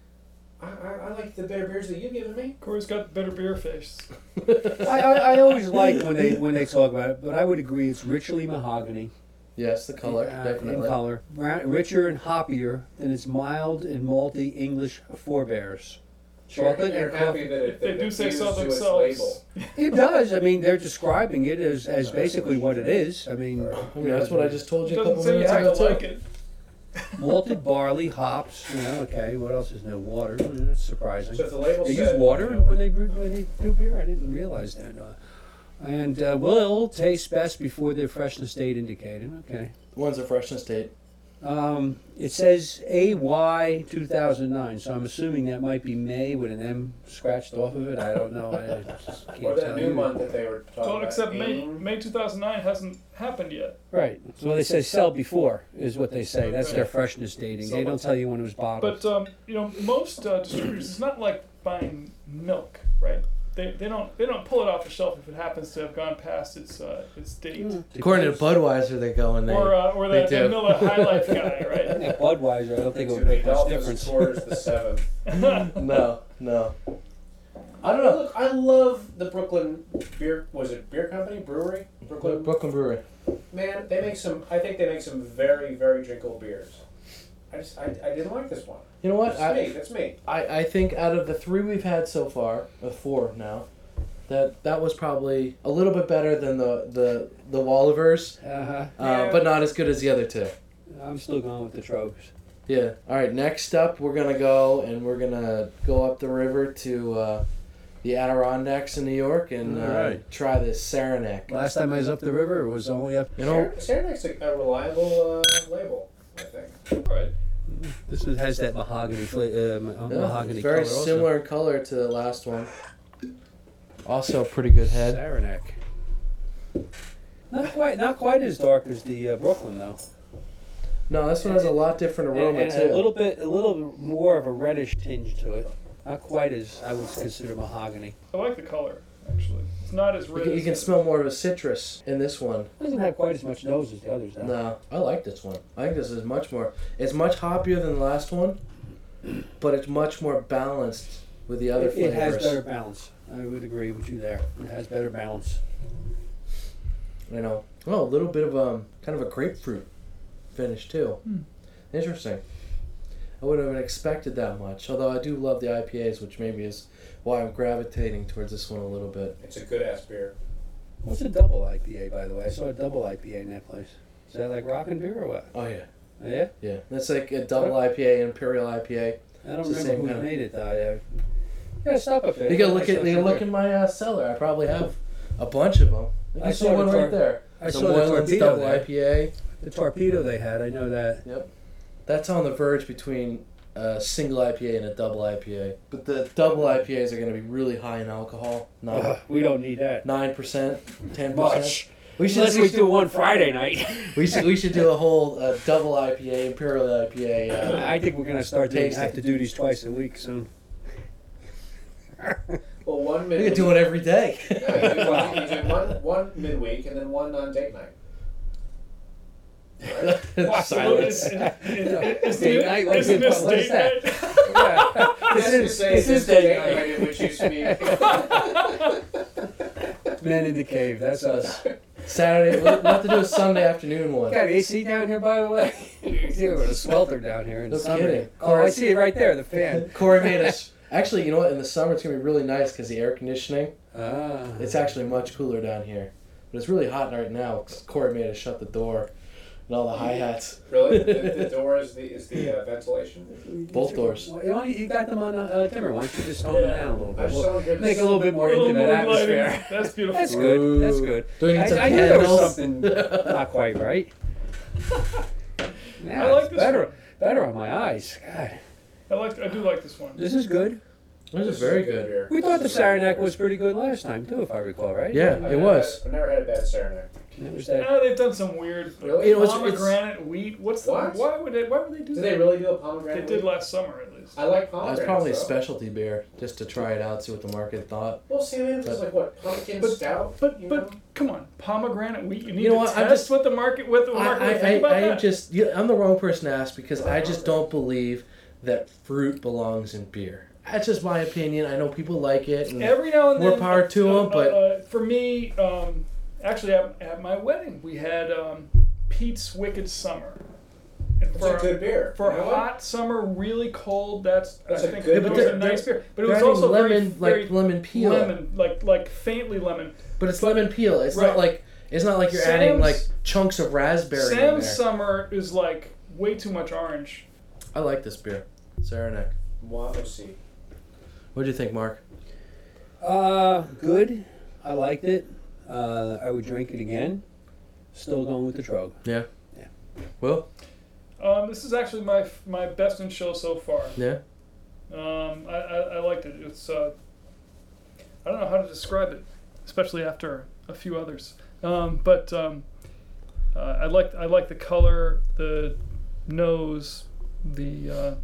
F: I, I, I like the better beers that you've given me.
D: Corey's got better beer face.
E: I, I, I always like when they when they talk about it, but I would agree it's richly mahogany.
C: Yes, the color
E: Uh, In
C: definitely.
E: color. Ra- Richer and hoppier than its mild and malty English forebears. Chocolate
F: You're
E: and
F: happy
E: coffee.
F: that it,
D: They
F: that
D: do
F: it
D: say so
F: fused to its
D: themselves.
F: label.
E: It does. I mean, they're describing it as, as basically what it is. I mean,
C: I mean, that's what I just told
D: It
C: you a
D: doesn't
C: couple
D: say you
C: minutes
D: have
C: ago
D: to
C: too.
D: like it.
E: malted barley, hops. You know, okay. What else is new? Water. Mm, That's surprising.
F: So if the label
E: They use
F: said,
E: water
F: you know,
E: when they brew, when they do beer. I didn't realize that. Uh, and uh, will taste best before their freshness date indicated. Okay.
C: One's a freshness date.
E: Um, it says AY 2009, so I'm assuming that might be May with an M scratched off of it. I don't know. I just can't
F: or that
E: tell
F: new
E: you.
F: month that they were talking
D: Well,
F: about.
D: except May,
F: Aim.
D: May 2009 hasn't happened yet.
E: Right. So they say sell before is what they say. That's their freshness dating. They don't tell you when it was bottled.
D: But um, you know, most uh, distributors, it's not like buying milk, right? They, they don't they don't pull it off the shelf if it happens to have gone past its uh, its date.
E: Hmm.
C: According to Budweiser, they go and they.
D: Or uh, or that,
C: they
D: that
C: do.
D: Miller High Life guy,
E: I
D: right?
E: think Budweiser, I don't think
F: To
E: it would
F: the
E: make much
F: Dolphins
E: difference.
F: towards the seventh.
C: no, no. I don't know.
F: Look, I love the Brooklyn beer. Was it beer company, brewery, Brooklyn?
C: Brooklyn Brewery.
F: Man, they make some. I think they make some very, very drinkable beers. I just, I, I didn't like this one.
C: You know what?
F: That's
C: I-
F: me. That's me.
C: I, I think out of the three we've had so far, uh, four now, that that was probably a little bit better than the the the Wallivers,
E: Uh-huh.
C: uh,
F: Yeah.
C: but not as good as the other two.
E: I'm still going with the Trogues.
C: Yeah. All right. Next up, we're gonna go and we're gonna go up the river to uh, the Adirondacks in New York and uh,
E: All right.
C: try this Saranac.
E: Last time I was up the river, it was only up.
C: You know,
F: Saranac's a, a reliable uh, label. I think.
D: right.
E: This one has that mahogany, fla- uh, ma-
C: yeah,
E: mahogany
C: very
E: color also.
C: similar in color to the last one. Also, a pretty good head.
E: Saranac. Not quite, not quite as dark as the uh, Brooklyn though.
C: No, this one has a lot different aroma
E: and,
C: too.
E: and a little bit, a little more of a reddish tinge to it. Not quite as I would consider mahogany.
D: I like the color actually. It's not as
C: you
D: rich.
C: can, you can smell more of a citrus in this one.
E: Doesn't have quite as much nose as the others though.
C: No, I like this one. I think this is much more. It's much hoppier than the last one, but it's much more balanced with the other
E: It, it has
C: flavors.
E: better balance. I would agree with you there. It has better balance.
C: you know, oh, a little bit of um, kind of a grapefruit finish too. Interesting. I wouldn't have expected that much. Although I do love the IPAs, which maybe is why I'm gravitating towards this one a little bit.
F: It's a good ass beer.
E: What's a double IPA by the way? I saw a double IPA in that place. Is that like rockin' beer or what?
C: Oh yeah,
E: Yeah.
C: yeah. That's like a double IPA, imperial IPA.
E: I don't
C: It's the
E: remember
C: same
E: who
C: kind of-
E: made it though. Yeah. Yeah, stop up there.
C: You can look at you can look in my uh, cellar. I probably have a bunch of them. You
E: I
C: can see
E: saw the
C: one
E: tor-
C: right there.
E: I
C: the
E: saw the
C: Moylan's
E: torpedo
C: double
E: there.
C: IPA.
E: the torpedo they had. I know that.
C: That's on the verge between a single IPA and a double IPA. But the double IPAs are going to be really high in alcohol.
E: Ugh,
C: Nine
E: we don't need that
C: nine percent, ten percent.
E: much.
C: We should
E: Unless
C: we
E: we
C: should,
E: do one Friday night.
C: we should we should do a whole uh, double IPA, imperial IPA. Uh,
E: I think we're gonna start doing
C: Tasting.
E: have to do these twice a week soon.
F: Well, one
C: we could
F: midweek.
C: do it every day.
F: Yeah, you do one, you do one, one midweek and then one on date night.
C: Silence.
D: It's, it, it, it, it's
E: Date
D: the-
E: night, like
D: isn't
E: the-
D: this
E: what is
D: date
E: that?
D: night?
E: Yeah. this
F: That's to
E: is
F: say
E: this
F: it's
E: is date
F: night,
E: night.
F: in which you speak.
E: Men in the cave. That's us.
C: Saturday. We'll we'll have to do a Sunday afternoon one.
E: Got AC down here, by the way. See, we're a swelter down here in
C: No
E: the summer.
C: kidding.
E: Oh, I see it right there, the fan.
C: Corey made us. Actually, you know what? In the summer, it's gonna be really nice because the air conditioning.
E: Ah.
C: It's actually much cooler down here, but it's really hot right now. 'cause Corey made us shut the door, and all the hi hats.
F: Really? the, the door is the is the uh, ventilation.
C: Both doors.
E: Well, you, only- you got them on uh, timber. Why don't you just hone them down a little
F: I
E: bit?
F: just don't hear
E: Make it a
F: this.
E: little bit more
D: A little
E: intimate
D: more lighting.
E: atmosphere.
D: That's beautiful.
E: That's good. That's good.
C: Doing
E: I,
C: it to
E: I knew there was
C: candles.
E: something not quite right. Now
D: I like
E: it's
D: this
E: better. Better on my eyes. God,
D: I like. I do like this one.
E: this is good.
C: Those
F: This
C: are
F: is
C: very
F: a good
C: good.
F: beer.
E: We thought the
F: This is a very
E: Saranac
F: good
E: was
F: beer.
E: pretty good last time too, if I recall, right?
C: Yeah,
F: I've
C: it
F: never
C: was.
F: had- I've never had a bad Saranac.
E: It was that.
D: Ah, they've done some weird like,
F: Really? You
C: know, it's- it's-
D: pomegranate wheat. What's the,
F: What?
D: why would they why would they do
F: Did
D: that?
F: they really do a
D: They
F: pomegranate?
D: did
F: leaf?
D: last summer at least.
F: I like
C: That
F: pomegranate.
C: was probably a
F: though.
C: specialty beer just to try it out, see what the market thought.
F: Well, see, man, it was like what pumpkin
D: But-
F: stout.
D: But
F: you
D: but
F: know?
D: come on, pomegranate wheat. You need
C: know
D: to
C: what, I'm
D: test
C: just-
D: what the market what the
C: I,
D: market would
C: I,
D: think about
C: I, I
D: that.
C: just, you- I'm the wrong person to ask because I just don't believe that fruit belongs in beer. That's just my opinion. I know people like it. And
D: Every now and
C: More
D: then.
C: power to 'em, but-
D: uh, for me, um, actually, at, at my wedding, we had um, Pete's Wicked Summer. And
F: It's a good beer.
D: For
F: You know what?
D: hot summer, really cold. That's,
F: That's
D: I
F: a
D: think
F: good
D: it was
F: beer.
D: a nice beer, but it
C: they're
D: was
C: adding
D: also
C: lemon,
D: very,
C: like lemon
D: very
C: peel,
D: lemon, like like faintly lemon.
C: but it's lemon peel. It's
D: Right.
C: not like it's not like you're adding
D: Sam's-
C: like chunks of raspberry. in there.
D: Sam's summer is like way too much orange.
C: I like this beer, Saranac.
F: Wow, see.
C: What do you think, Mark?
E: Uh, good. I liked it. Uh, I would drink it again. Still going with the Trog.
C: Yeah.
E: Yeah.
C: Yeah. Well,
D: Um, this is actually my my best in show so far.
C: yeah.
D: Um, I, I, I liked it. It's uh, I don't know how to describe it, especially after a few others. Um, but um, uh, I like I like the color, the nose, the uh,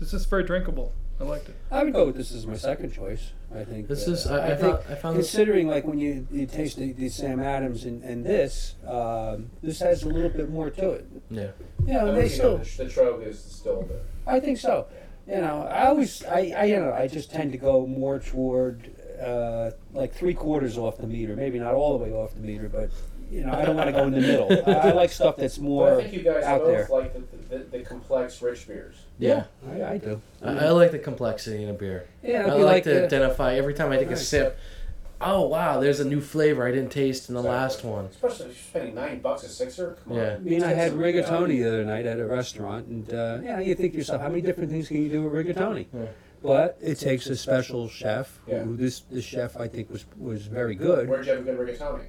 D: it's just very drinkable. I liked it.
E: I would go with this as my second choice. I think
C: This
E: uh,
C: is- I- I
E: think
C: found- I found this-
E: considering like when you, you taste the, the Sam Adams and, and this, um, this has a little bit more to it.
C: Yeah.
E: Yeah,
F: I mean,
E: Oh, they
F: you know,
E: still.
F: the, the Trog is still the.
E: I think so. You know, I always, I, I, you know, I just tend to go more toward uh, like three quarters off the meter, maybe not all the way off the meter, but you know, I don't want to go in the middle. I, I like stuff that's
F: But I
E: more
F: think you guys
E: out
F: both
E: there.
F: like the, the, the complex rich beers.
C: Yeah.
E: I, I do.
C: I, I like the complexity in a beer.
E: Yeah,
C: I
E: you
C: like, uh, to
E: the-
C: identify every time I take a
E: Nice.
C: sip. Oh wow, there's a new flavor I didn't taste in the
F: Exactly.
C: last one.
F: Especially if you're spending nine bucks a sixer. Come
C: Yeah.
E: I mean, I had rigatoni
F: rigatoni.
E: the other night at a restaurant, and uh, yeah, you think to yourself, how many different things can you do with rigatoni?
C: Yeah.
E: But it takes a special chef.
F: Yeah.
E: Who this this chef I think was was very good.
F: Where'd you have a good rigatoni?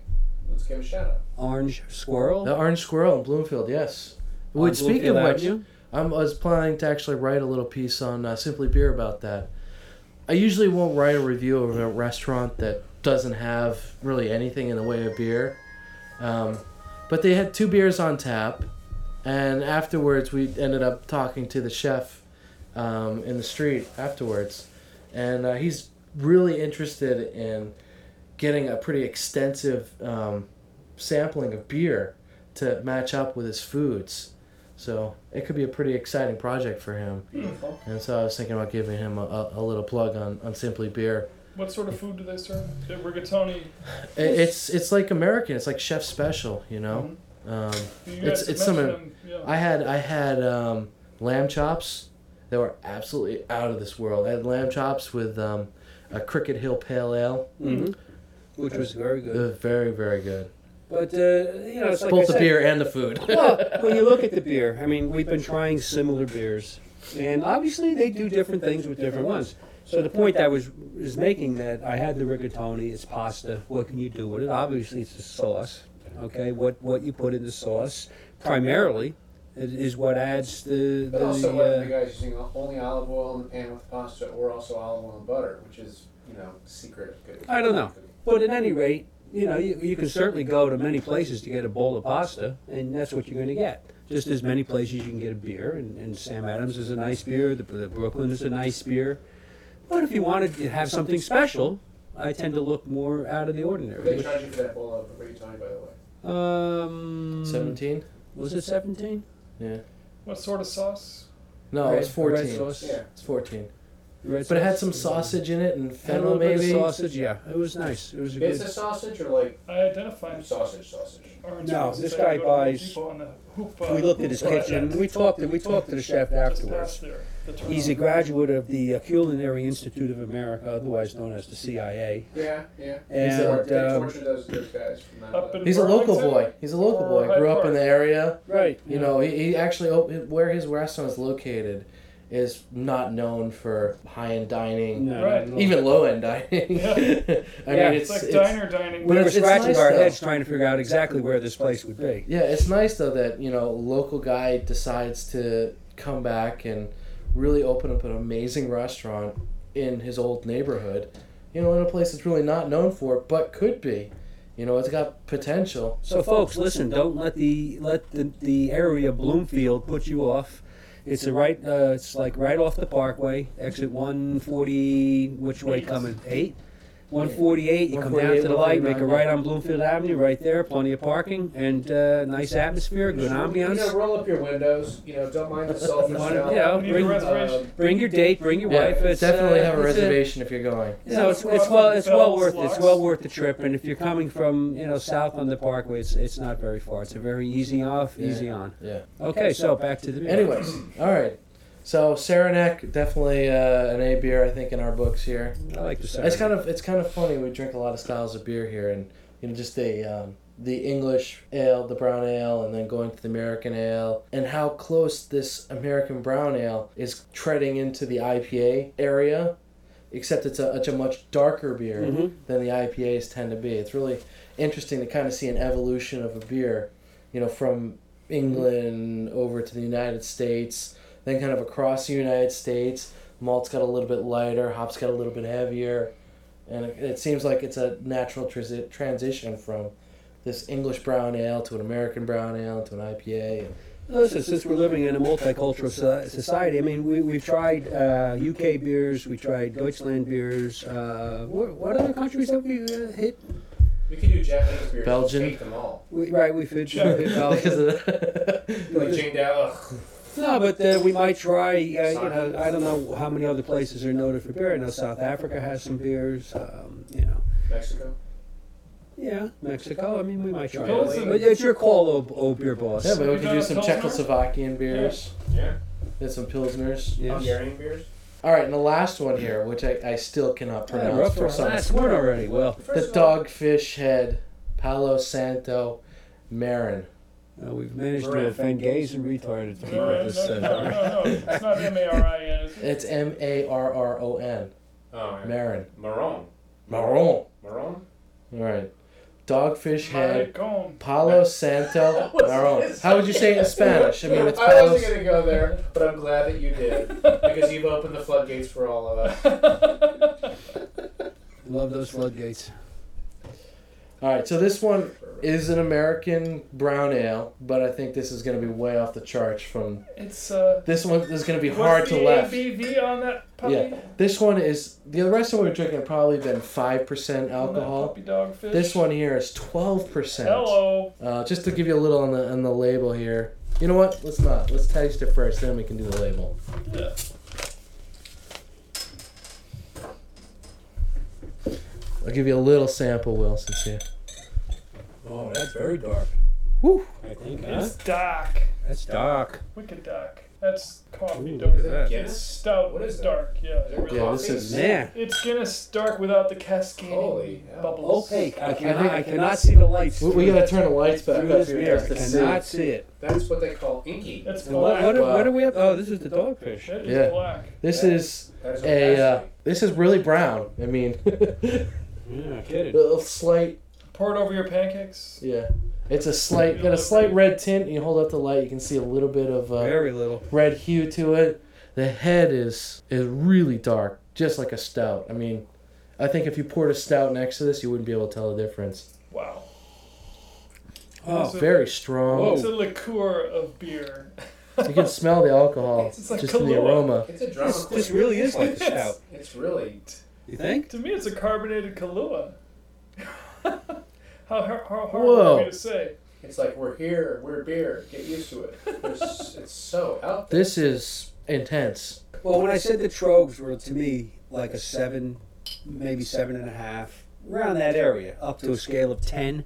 F: Let's give it a shout out.
E: Orange squirrel.
C: The orange squirrel in Bloomfield, yes. Which, speaking of which, I'm, I was planning to actually write a little piece on uh, Simply Beer about that. I usually won't write a review of a restaurant that doesn't have really anything in the way of beer. Um, but they had two beers on tap, and afterwards we ended up talking to the chef um, in the street afterwards. And uh, he's really interested in getting a pretty extensive um, sampling of beer to match up with his foods. So it could be a pretty exciting project for him.
F: Beautiful.
C: And so I was thinking about giving him a, a, a little plug on, on Simply Beer.
D: What sort of food do they serve? The rigatoni.
C: I- It's it's like American. It's like chef special, you know.
E: Mm-hmm.
C: Um,
D: You
C: It's-
D: guys
C: it's some
D: mentioned
C: of-
D: them, yeah.
C: I had I had um, lamb chops that were absolutely out of this world. I had lamb chops with um, a Cricket Hill Pale Ale.
E: hmm
C: Mm-hmm.
E: which was very
C: It
E: good.
C: was very very good.
E: But uh, you know, it's like I
C: Both the
E: said,
C: beer and the food.
E: well, when you look at the beer, I mean, we've been trying similar beers, and obviously they do different things with different ones. So the point I was is making that I had the rigatoni. It's pasta. What can you do with it? Obviously, it's a sauce. Okay, what what you put in the sauce primarily is is what adds the
F: But
E: the.
F: also, whether the
E: uh,
F: guy's using only olive oil in the pan with pasta or also olive oil and butter, which is, you know, secret. of Good.
E: I don't know. but at any rate, you know, you, you can certainly go to many places to get a bowl of pasta, and that's what you're going to get. Just as many places you can get a beer, and, and Sam Adams is a nice beer, the, the Brooklyn is a nice beer. But if you wanted to have something special, I tend to look more out of the ordinary.
F: They
E: which-
F: charge you for that bowl of rigatoni, by the way.
E: um,
C: Seventeen?
E: Was it 17?
C: Yeah.
D: What sort of sauce?
C: No, it was
E: Red- red
C: fourteen.
E: sauce.
F: Yeah.
C: It's fourteen.
E: Red
C: But it had
E: sauce.
C: some sausage in it and
E: Had a
C: fennel,
E: little bit of
C: maybe.
E: sausage. Yeah, it was nice. It was a
F: It's
E: good.
F: a sausage or like
D: I identify
F: sausage sausage.
D: orange
E: No,
D: juice
E: this
D: as I
E: guy
D: go to Home
E: buys-
D: Depot on the hoop, uh,
E: We looked at his
D: hoop
E: kitchen.
D: project.
E: We talked. We talked to the chef
D: Just
E: afterwards.
D: past there, the
E: He's a
D: turnaround.
E: graduate of the uh, Culinary Institute of America, otherwise known as the CIA.
F: Yeah, yeah.
E: And,
F: They tor- they
E: um,
F: torture those, those guys. From that
D: Up in-
C: He's a local
D: Burlington
C: boy. He's a local
D: or
C: boy. Grew
D: Hyde
C: up in
D: Park?
C: the area.
E: Right.
C: You know, he, he actually op- where his restaurant is located is not known for high end dining,
E: No,
D: Right.
E: no, no.
C: even low end dining.
D: Yeah.
C: I
E: Yeah,
C: mean,
D: It's
C: it's,
D: like
C: it's-
D: diner dining.
C: But
E: we were
C: it's- it's
E: scratching
C: nice,
E: our
C: though.
E: heads trying to figure out exactly where this place would be.
C: Yeah, it's nice though that you know local guy decides to come back and really open up an amazing restaurant in his old neighborhood. You know, in a place that's really not known for, but could be. You know, it's got potential.
E: So, folks, listen. Don't let the let the, the area of Bloomfield put you off. It's a right. Uh, it's like right off the Parkway, exit 140. Which way
D: Eight.
E: coming? Eight. 148. You come down to the
C: 148,
E: light, make a
C: 149.
E: right on Bloomfield Avenue, right there. Plenty of parking and uh, nice atmosphere, good
F: You know,
E: ambiance.
F: roll up your windows. You know, don't mind the sulfur
E: You wanna-
F: smell.
E: yeah,
D: We need a
E: bring,
F: Um,
D: reservation.
E: bring your date, bring your
C: Yeah,
E: wife. It's,
C: definitely
E: uh,
C: have a
E: it's
C: reservation if you're going.
E: You know, it's, it's well it's well worth it. It's well worth the trip. And if you're coming from you know south on the Parkway, it's it's not very far. It's a very easy off, easy on.
C: Yeah.
E: Okay, so back to the beer.
C: Anyways, all right. So Saranac definitely uh, an A beer, I think, in our books here.
E: I like the sour.
C: It's kind of it's kind of funny. We drink a lot of styles of beer here, and you know, just the um, the English ale, the brown ale, and then going to the American ale, and how close this American brown ale is treading into the IPA area, except it's a it's a much darker beer
E: Mhm.
C: than the IPAs tend to be. It's really interesting to kind of see an evolution of a beer, you know, from England over to the United States, then kind of across the United States. Malt's got a little bit lighter, hops got a little bit heavier, and it, it seems like it's a natural transi- transition from this English brown ale to an American brown ale to an IPA.
E: Listen, since we're living in a multicultural so- society, I mean, we, we've tried uh, UK beers, we tried Deutschland beers. Uh, what, what other countries have we uh, hit?
F: We could do Japanese beers.
C: Belgian.
F: Hate them all.
E: We, right, we've hit.
D: Yeah.
E: we've hit
C: Because
E: Belgium.
C: of-
F: Like Jingdao. ugh.
E: no, but uh, we might try, uh, you know, I don't know how many other places are noted for beer. I know South Africa has some beers, um, you know.
F: Mexico.
E: Yeah, Mexico. I mean, we might try.
D: Well,
E: it.
D: listen-
E: But it's your call, O, o beer boss.
C: yeah, but we
D: We've
C: could
D: done
C: do
D: a
C: some
D: Pilsner?
C: Czechoslovakian beers,
F: Yeah.
C: and some pilsners.
E: Yes.
F: Hungarian beers.
C: All right, and the last one here, which I, I still cannot
E: Yeah,
C: pronounce
E: we're up to
C: for
E: our
C: some
E: last one already. Well,
F: First
C: the
F: of all,
C: dogfish head, Palo Santo, Marin.
E: uh, we've managed to
F: Marin.
E: offend gays and retarded
D: No, no,
E: throughout this.
D: no,
E: Uh,
D: no, no, it's not M A R I N. it's-
C: It's M A R R O N,
F: Oh, yeah.
C: Marin.
F: Marron.
C: Maron.
F: Marron?
C: All right. Dogfish head,
D: Maricón.
C: Palo Santo,
F: What's
C: Maron.
F: this?
C: How would you say it in Spanish? I mean, it's
F: I
C: Palo.
F: wasn't going to go there, but I'm glad that you did. Because you've opened the floodgates for all of us.
E: Love those floodgates.
C: All right, so this one is an American brown ale, but I think this is going to be way off the charts from.
D: It's uh.
C: This one is going to be
D: what's
C: hard to
D: the
C: left.
D: ABV on that puppy?
C: Yeah. This one is the rest of what we're drinking have probably been five percent
D: On that
C: alcohol.
D: Puppy dog fish.
C: This one here is twelve percent.
D: Hello.
C: Uh, just to give you a little on the on the label here. You know what? Let's not. Let's taste it first, then we can do the label.
D: Yeah.
C: I'll give you a little sample, Will, since you.
E: Oh, that's very dark.
C: Woo.
E: I think
D: It's dark.
E: That's dark.
D: Wicked dark. That's coffee
E: Ooh,
D: dog.
E: look at that.
D: It's stout.
F: What
D: What
F: is
D: is
F: that?
D: dark? Yeah.
F: Is it real
C: Yeah, this
F: coffee?
C: is-
E: Yeah.
D: It's Guinness dark without the cascading
F: Holy hell.
D: bubbles.
E: Opaque. I
C: think-
E: cannot, I cannot see the lights.
C: We, we
E: through
C: gotta turn the lights back
E: through
C: up
E: this
C: here
E: beer.
C: just
E: I
C: to
E: cannot
C: see.
E: see it.
F: That's what they call inky.
D: It's
E: And what,
D: black.
E: what, are,
C: Wow.
E: what are we up? Oh, this is the dogfish.
D: It is
C: Yeah.
D: black.
C: This is
F: That is
C: a. Uh,
F: opacity.
C: this is really brown. I mean, a
E: Yeah, kidding.
C: little slight.
D: Pour it over your pancakes.
C: Yeah. It's a slight, got a slight red tint. You hold up the light, you can see a little bit of uh,
E: Very little.
C: red hue to it. The head is is really dark, just like a stout. I mean, I think if you poured a stout next to this, you wouldn't be able to tell the difference.
D: Wow.
E: Oh,
D: So-
C: Very strong.
E: Whoa.
D: It's a liqueur of beer.
C: You can smell the alcohol
D: It's like
C: just in the
D: Kahlua.
C: aroma.
F: It's a drama
E: this,
F: queen.
E: this really is like a stout.
F: It's really.
E: You think?
D: To me, it's a carbonated Kahlua. how, how, how hard
C: Whoa.
D: for me to say.
F: It's like we're here, we're beer. Get used to it. It's, it's so out.
C: This is intense.
E: Well, when I said the trogues were to me like a seven, maybe seven and a half, around that area, up to a scale of ten.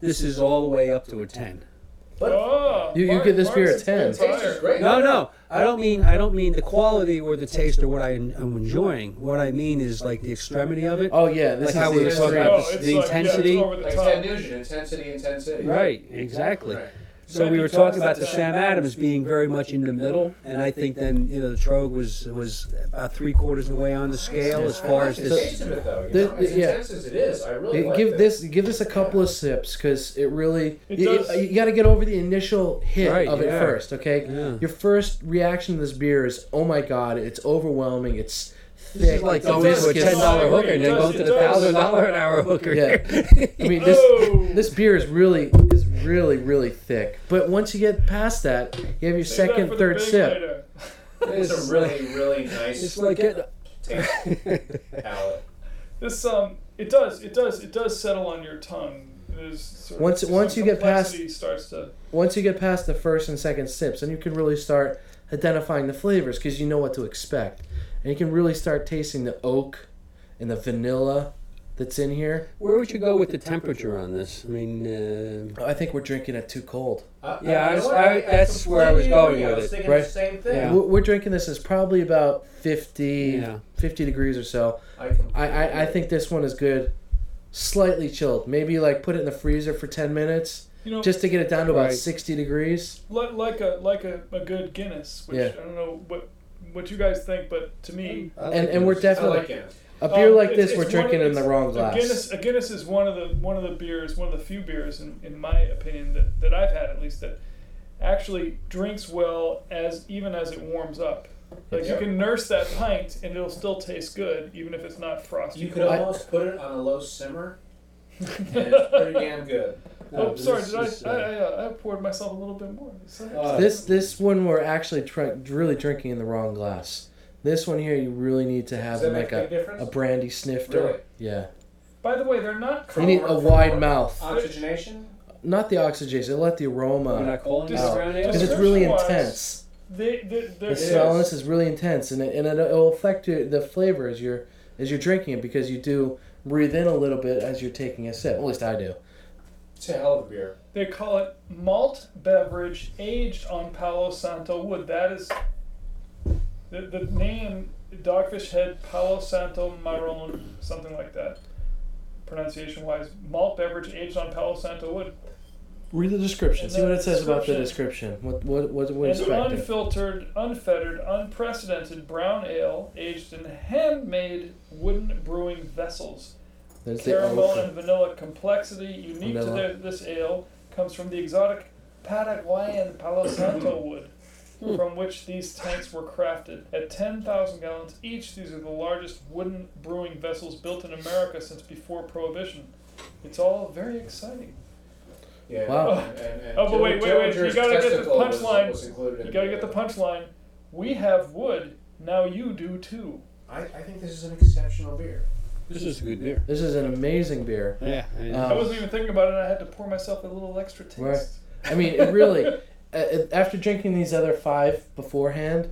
E: This is all the way up to a ten.
F: But
D: Oh,
C: You- you
D: Mark-
C: give this beer a
D: Mark's
C: 10.
F: the taste is
D: Higher.
F: great.
E: No, no, I don't mean I don't mean the quality or the taste or what I am I'm enjoying. What I mean is like the extremity of it.
C: Oh yeah,
E: Like
C: this
E: how
C: is
E: we
C: the
E: were talking
C: extreme.
E: about
D: Oh,
E: the-
D: it's like,
E: the
D: yeah, it's
E: intensity.
D: over the
F: Like
D: top.
F: Tandusian, intensity, intensity.
E: Right, exactly.
F: Right.
E: So we were talking about the Sam Adams being very much in the middle, and I think then you know the Trogue was was about three quarters of the way on the scale as far as
F: the
E: this.
F: taste of it, though. You
C: This-
F: know? As
C: yeah.
F: intense as it is, I really
C: Hey,
F: like
C: give
F: it.
C: this give this a couple of sips because it really
D: It
C: you-
D: does-
C: you, got to get over the initial hit
E: Right,
C: of
E: yeah.
C: it first okay
E: Yeah.
C: your first reaction to this beer is oh my god it's overwhelming it's
E: This
C: thick
E: is like
C: it's
E: going to a
C: viscous."
E: ten dollar hooker and then going to the thousand dollar an hour hooker.
C: Yeah. I mean this
D: Oh.
C: this beer is really is really really thick but once you get past that you have your
D: Save that
C: second
D: for the
C: third
D: big
C: sip
D: later.
F: It's a really, really nice
E: It's like getting
F: taste palette.
D: This um, it does, it does, it does settle on your tongue. There's sort of-
C: Once-
D: some
C: once you get past-
D: complexity starts to
C: once you get past the first and second sips, then you can really start identifying the flavors because you know what to expect, and you can really start tasting the oak and the vanilla that's in here.
E: Where would you go with the temperature on this? I mean, uh,
C: I think we're drinking it too cold.
F: I-
E: Yeah,
F: you
E: I
F: know
E: was-
F: what?
E: I- that's where I was
F: completely
E: going
F: agree. I
E: with
F: was
E: it.
F: thinking
C: Right.
F: the same thing.
E: Yeah.
C: We're, we're drinking this is probably about 50,
E: Yeah.
C: 50 degrees or so.
F: I, completely
C: I, I, I
F: agree.
C: think this one is good, slightly chilled. Maybe like put it in the freezer for ten minutes
D: you know
C: just to get it down to about
E: Right.
C: sixty degrees.
D: like, like a like a, a good Guinness, which
C: Yeah.
D: I don't know what what you guys think, but to me,
C: And and we're
F: I
C: definitely
F: like it.
C: a beer
D: Um,
C: like
D: it's-
C: this
D: it's
C: we're
D: one
C: drinking
D: of-
C: in the
D: it's-
C: wrong glass.
D: A Guinness, a Guinness is one of the one of the beers, one of the few beers, in, in my opinion, that, that I've had at least that actually drinks well as even as it warms up. Like
F: Yeah.
D: you can nurse that pint and it'll still taste good even if it's not frosty.
F: You could
C: I-
F: almost put it on a low simmer, and it's pretty damn good.
D: oh, sorry, did I,
E: This is,
D: I,
E: uh,
D: I, uh, I poured myself a little bit more. Sorry.
F: Uh,
C: This this one we're actually try, really drinking in the wrong glass. This one here you really need to have
F: Does that make
C: like
F: a big
C: a,
F: difference?
C: a brandy snifter.
F: Really?
C: Yeah.
D: By the way, they're not
C: You need a
F: From-
C: wide
F: from
C: mouth.
F: Oxygenation?
C: Not the oxygenation, let the
E: We're
C: aroma.
E: not calling
D: Just-
E: this brown ale.
D: just-
C: Because it's really
D: Description-wise,
C: intense.
D: they they
C: The
D: they're,
F: is.
C: smell on this is really intense and it, and it, it'll affect your, the flavor as you're as you're drinking it because you do breathe in a little bit as you're taking a sip. At least I do.
F: It's a hell of a beer.
D: they call it malt beverage aged on Palo Santo wood. That is the, the name Dogfish Head Palo Santo Marron, something like that. Pronunciation wise, malt beverage aged on Palo Santo wood.
C: Read the description.
D: And
C: See
D: the
C: what it says about the
D: description.
C: description. What what what what
D: An
C: expected.
D: unfiltered, unfettered, unprecedented brown ale aged in handmade wooden brewing vessels.
C: There's the
D: Caramel
C: oak.
D: and vanilla complexity unique
C: Vanilla.
D: to the, this ale comes from the exotic Paraguayan Palo Santo wood, from which these tanks were crafted. At 10,000 gallons each, these are the largest wooden brewing vessels built in America since before Prohibition. It's all very exciting.
F: Yeah.
C: Wow.
F: And, and
D: Oh, but
F: Joe-
D: wait, wait,
F: Joe
D: wait, you
F: Jer's
D: gotta get the
F: testicle was-
D: punchline.
F: was included in
D: You gotta get the punchline. We have wood, now you do too.
F: I, I think this is an exceptional beer.
E: This is a good beer.
C: This is an amazing beer. Um,
E: Yeah. I mean,
D: I wasn't even thinking about it, and I had to pour myself a little extra taste.
C: Right. I mean, it really. uh, uh, after drinking these other five beforehand,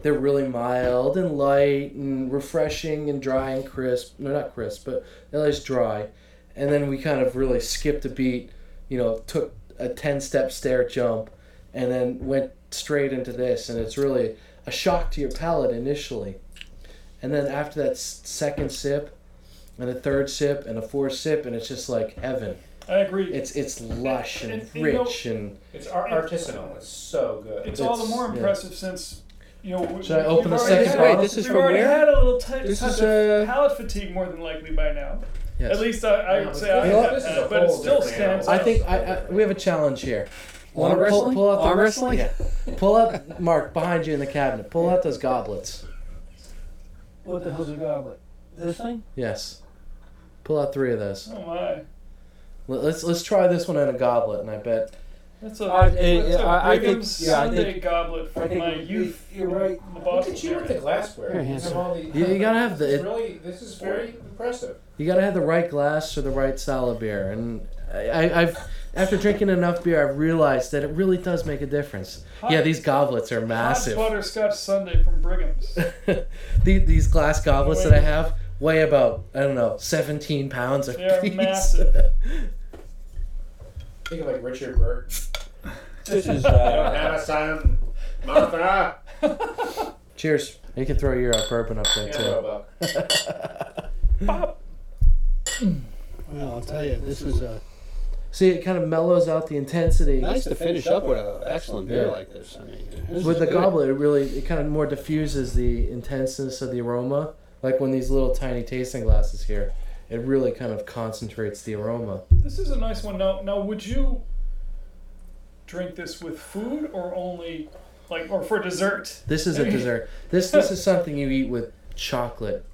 C: they're really mild and light and refreshing and dry and crisp. No, not crisp, but at least dry. And then we kind of really skipped a beat. You know, took a ten-step stair jump, and then went straight into this. And it's really a shock to your palate initially, and then after that s- second sip, and a third sip, and a fourth sip, and it's just like heaven.
D: I agree.
C: It's it's lush and
D: And- and, you know-
C: rich and
F: It's ar-
D: It-
F: artisanal. It's so good.
D: It's, all the
C: It's-
D: more
C: yeah.
D: impressive since you know. We,
C: Should I
D: we-
C: open
D: we've
C: the
D: already
C: second
D: had-
C: bottle?
E: This is
D: we've
E: from
D: already
E: where?
D: had a little t-
E: This
D: touch
E: is,
D: of
E: uh,
D: palate fatigue more than likely by now.
C: yes.
D: At least I,
F: No,
D: I would
F: but
D: say I
F: this-
D: have
F: this is
D: had,
F: a
D: but it
F: whole
D: still
F: different
D: stands.
F: animal.
C: I
D: out.
C: think I, I we have a challenge here.
E: Arm
C: Pull-
E: wrestling?
C: Pull out the
E: Arm wrestling?
C: Yeah. Pull out Mark behind you in the cabinet. Pull out those goblets.
E: what the hell's a goblet? This thing?
C: Yes. Pull out three of those.
D: Oh my,
C: Let- Let's let's try this one in a goblet, and I bet
D: that's a,
E: I-
D: that's a
E: I- I
D: Brigham
E: think- yeah, I
D: Sunday
E: think-
D: goblet from
E: I think
D: my
E: it would be-
D: youth.
E: you're right.
D: in The
F: Look
D: Boston
F: at you with the
D: area.
F: glassware.
E: Very
F: You have
E: handsome.
F: all the-
C: You- you gotta have the-
F: This is really, this is very impressive.
C: you gotta have the right glass or the right style of beer. And I, I, I've after drinking enough beer, I've realized that it really does make a difference. yeah, these goblets are massive.
D: Hot butterscotch sundae from Brigham's.
C: The- these glass goblets that I have weigh about I don't know 17 pounds a
D: They're
C: piece.
D: massive.
F: Think of like Richard Burke.
E: This is
F: Don't
E: uh,
F: have a son, Martha.
C: Cheers. You can throw your uh, bourbon up there
F: Yeah,
C: too.
F: Roebuck.
E: well, I'll tell you, this is uh,
C: See, it kind of mellows out the intensity.
E: nice to finish up with an excellent beer
C: Yeah.
E: like this. I mean, this
C: With
E: is
C: the
E: good.
C: goblet, it really it kind of more diffuses the intenseness of the aroma. Like when these little tiny tasting glasses here, it really kind of concentrates the aroma.
D: This is a nice one. Now, now, would you drink this with food or only like or for dessert?
C: This is a dessert. This this is something you eat with chocolate,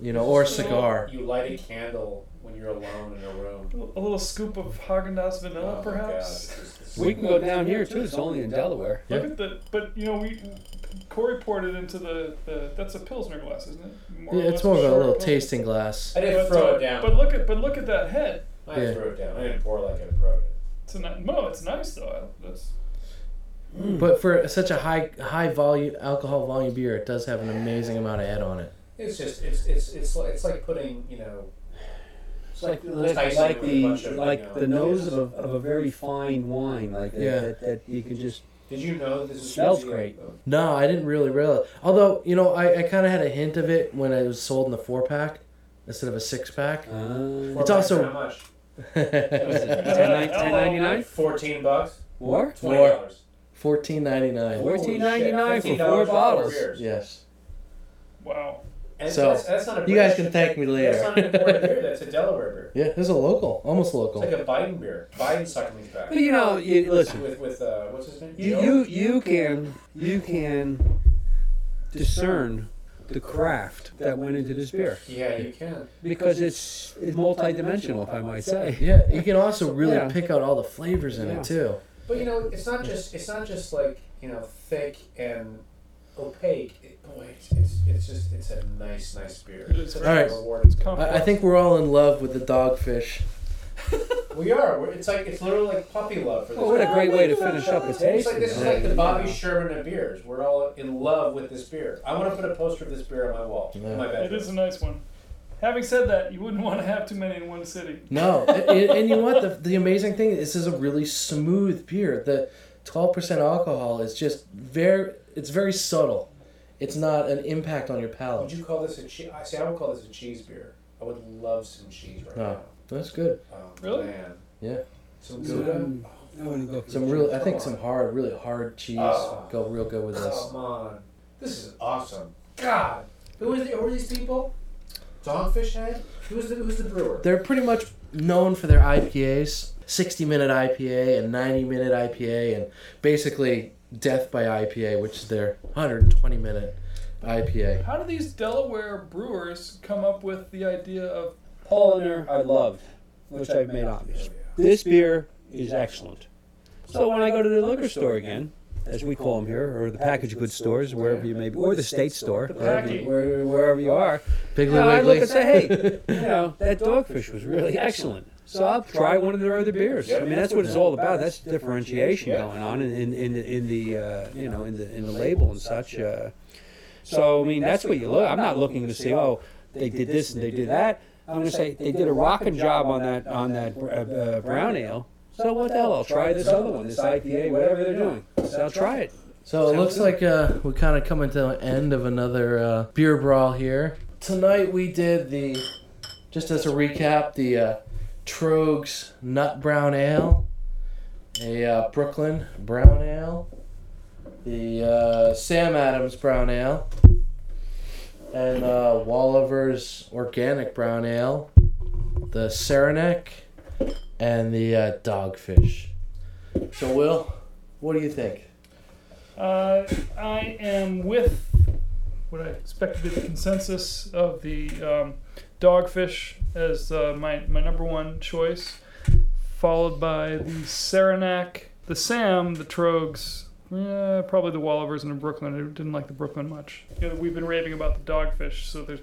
C: you know, or a cigar.
F: You light a candle when you're alone in a room.
D: A little scoop of Häagen-Dazs vanilla,
F: Oh my
D: perhaps.
F: God, it's just-
E: We can go down here too. It's only in Delaware.
D: Look at the. But you know, we Corey poured it into the, the that's a pilsner glass, isn't it? More or
C: Yeah, it's
D: less
C: more of a
D: short
C: little
D: Pilsner.
C: tasting glass.
F: I didn't
D: But,
F: throw
D: uh,
F: it down.
D: But look at but look at that head.
F: I didn't
C: Yeah.
F: throw it down. I didn't pour like I wrote it.
D: It's a ni- no, it's nice though. I- That's
E: Mm.
C: But for such a high high volume alcohol volume beer, it does have an amazing amount of head on it.
F: It's just it's it's it's like, it's like putting you know
E: It's like,
F: Like-
E: like,
F: like
E: the
F: a bunch of,
E: like the
F: you know,
E: nose of a, of a very fine wine, like that,
C: Yeah.
E: that, that you can just.
F: Did you know that this is supposed
E: Smells
F: to be
E: great.
F: a-
C: No, I didn't really realize. Although you know, I, I kind of had a hint of it when it was sold in the four pack instead of a six pack.
E: Uh,
F: Four bucks
C: also-
F: for how much? Oh.
E: ten nine- ten ninety nine
F: Fourteen bucks.
E: more.
F: Twenty dollars.
C: Fourteen ninety nine.
E: Fourteen ninety nine for
F: $15
E: four bottles.
F: beers.
C: Yes.
D: wow.
F: And
C: So,
F: that's, that's not a
C: you
F: beer.
C: guys can thank me
F: That's not an
C: later.
F: important beer. That's a Delaware beer.
C: Yeah, there's a local, almost
F: It's
C: local.
F: like a Biden beer. Biden sucking these back.
E: But you know, you, listen,
F: With with uh, what's his name?
E: you,
F: Joe?
E: you you can you can discern the craft that went into this beer
F: Yeah, you can.
E: because it's it's multidimensional, if I might say.
C: Yeah, you can also really
E: Yeah.
C: pick out all the flavors in
E: Yeah.
C: it too.
F: But you know, it's not just it's not just like you know thick and opaque. It, boy, it's, it's it's just it's a nice nice beer.
D: It is
F: Such
C: very
F: a
C: nice.
F: rewarding beer.
D: Complex.
C: I, I think we're all in love with the dogfish.
F: We are. We're, it's like it's literally like puppy love for this.
E: Well, Oh, what a
F: beer.
E: great way to finish up a
F: It's
E: taste.
F: like this is like the Bobby Sherman of beers. We're all in love with this beer. I want to put a poster of this beer on my wall, in my
D: it
F: bedroom.
D: is a nice one. Having said that, you wouldn't want to have too many in one sitting.
C: No, and, and- and you know what? The, the amazing thing is, this is a really smooth beer. The twelve percent alcohol is just very. It's very subtle. It's not an impact on your
F: Would
C: palate.
F: you call this a cheese? I say I would call this a cheese beer. I would love some cheese right
C: No. That's good.
F: now. Oh,
D: Really?
F: Man.
C: Yeah.
F: Some Gouda.
E: I wouldn't go for
C: Some real. I think some hard, really hard cheese
F: Oh.
C: go real good with this.
F: Come on. This is awesome. God. Who is the, who are these people? Dogfish Head? Who's the, who's the brewer?
C: They're pretty much known for their IPAs. 60 minute IPA and 90 minute IPA and basically Death by IPA, which is their 120 minute IPA.
D: How do these Delaware brewers come up with the idea of
E: Polliner I love, which I've made obvious. This beer is excellent. So when I go to the liquor store again, as we call them here, or the package goods stores, wherever you may be, or the state store, wherever
D: packy.
E: you, where- wherever you are,
C: Bigly
E: you know, I
C: Wiggly.
E: look and say, hey, you know, that dogfish was really excellent. So I'll try one of their other beers. I mean, that's what it's all about. That's differentiation going on in, in, in, in the, uh, you know, in the, in the label and such. Uh, so, I mean, that's what you look. I'm not looking to say, oh, they did this and they did that. I'm going to say they did a rocking job on that on that br- uh, uh, brown ale. So what the hell? I'll try this other one, this IPA, whatever they're doing. So I'll try it.
C: So it
E: Sounds
C: looks
E: good.
C: like uh, we're kind of coming to the end of another uh, beer brawl here. Tonight we did the, just as a recap, the uh, Trogs Nut Brown Ale, a uh, Brooklyn Brown Ale, the uh, Sam Adams Brown Ale, and uh, Walliver's Organic Brown Ale, the Saranac, and the uh, Dogfish. So, Will, what do you think?
D: Uh, I am with what I expect to be the consensus of the um, dogfish as uh, my, my number one choice, followed by the Saranac, the Sam, the Trogs, eh, probably the Wallivers and the Brooklyn. I didn't like the Brooklyn much. You know, we've been raving about the dogfish, so there's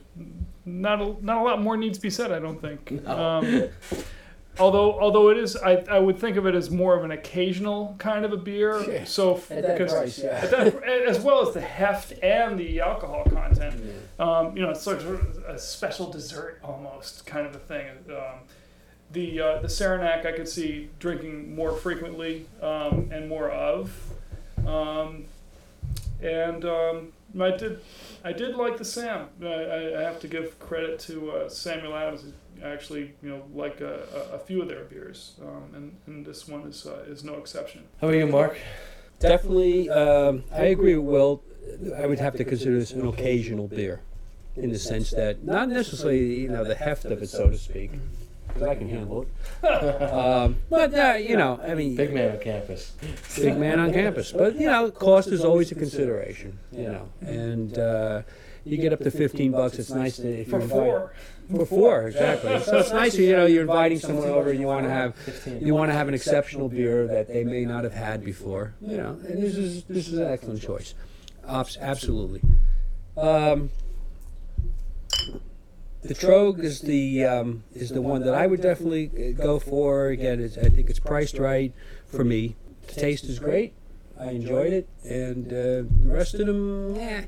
D: not a, not a lot more needs to be said, I don't think. Um, Although, although it is, I, I would think of it as more of an occasional kind of a beer.
E: Yeah.
D: So f-
E: At that
D: because-
E: price, yeah.
D: at that- as well as the heft and the alcohol content, um, you know, it's sort of a special dessert almost kind of a thing. Um, the uh, the Saranac I could see drinking more frequently um, and more of, um, and um, I did I did like the Sam. I, I I have to give credit to uh, Samuel Adams. who Actually, you know, like a, a, a few of their beers, um, and, and this one is uh, is no exception.
C: How about you, Mark?
E: Definitely, um, I agree with Will. I would have to consider this an occasional beer, in the sense that not necessarily you know the heft of it, so to speak, because I can handle it. Um, but uh, you know, I mean,
C: Big man on campus.
E: big man on campus. But you know, cost is always a consideration. You know, and uh, you get up to fifteen bucks. It's nice to if
D: For
E: you're invited
D: four,
E: for four exactly. So it's nice you know you're inviting someone over and you want to have
C: 15.
E: you want to have an exceptional beer that they may not have had before. You know, and this is this is an excellent choice. Abs- absolutely. Um, the Trogue is the um, is the one that I would definitely uh, go for. Again, it's, I think it's priced right for me. The taste is great. I enjoyed it, and uh, the rest of them, eh.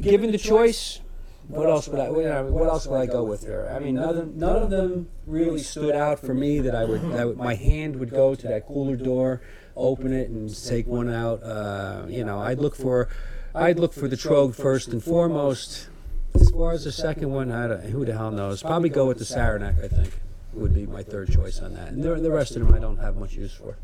E: given the choice, what else would I? What, I mean, what else would I go with there? I mean, none of, none of them really stood out for me that I would, I would. My hand would go to that cooler door, open it, and take one out. Uh, you know, I'd look for, I'd look for the Trogue first and foremost. As far as the second one, I don't, who the hell knows? Probably go with the Saranac. I think would be my third choice on that. And the, the rest of them, I don't have much use for.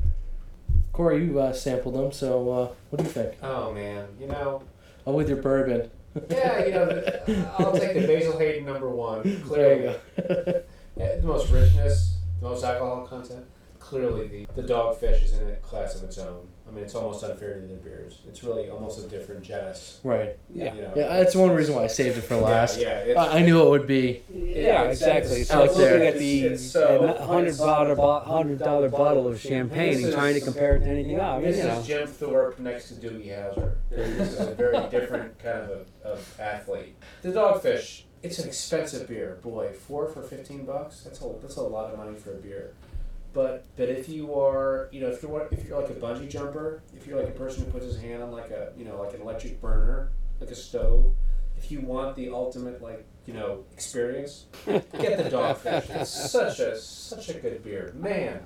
C: Corey, you uh, sampled them, so uh, what do you think?
F: Oh man, you know,
C: Oh, with your bourbon.
F: yeah, you know, the- I'll take the Basil Hayden number one.
C: There
F: Clearly,
C: you go.
F: Yeah, the most richness, the most alcohol content. Clearly, the, the dogfish is in a class of its own. I mean, it's almost unfair to the beers. It's really almost a different genus.
C: right.
E: Yeah.
F: You know?
C: Yeah, that's one reason why I saved it for last.
F: Yeah, yeah, it's-
C: I, I knew it would be.
E: Yeah, exactly. It's
F: It's
E: like
C: out there.
E: looking at the
F: It's- it's so-
E: hundred dollar hundred dollar bottle of champagne and
F: This
E: trying to
F: is-
E: compare it to anything else. I mean,
F: This
E: you know.
F: is Jim Thorpe next to Doogie Howser. This is a very different kind of, of athlete. The Dogfish. It's an expensive beer, boy. Four for fifteen bucks. That's a that's a lot of money for a beer. But but if you are you know if you're one- if you're like a bungee jumper, if you're like a person who puts his hand on like a you know like an electric burner, like a stove, if you want the ultimate like you know experience, get the Dogfish. It's such a such a good beer, man.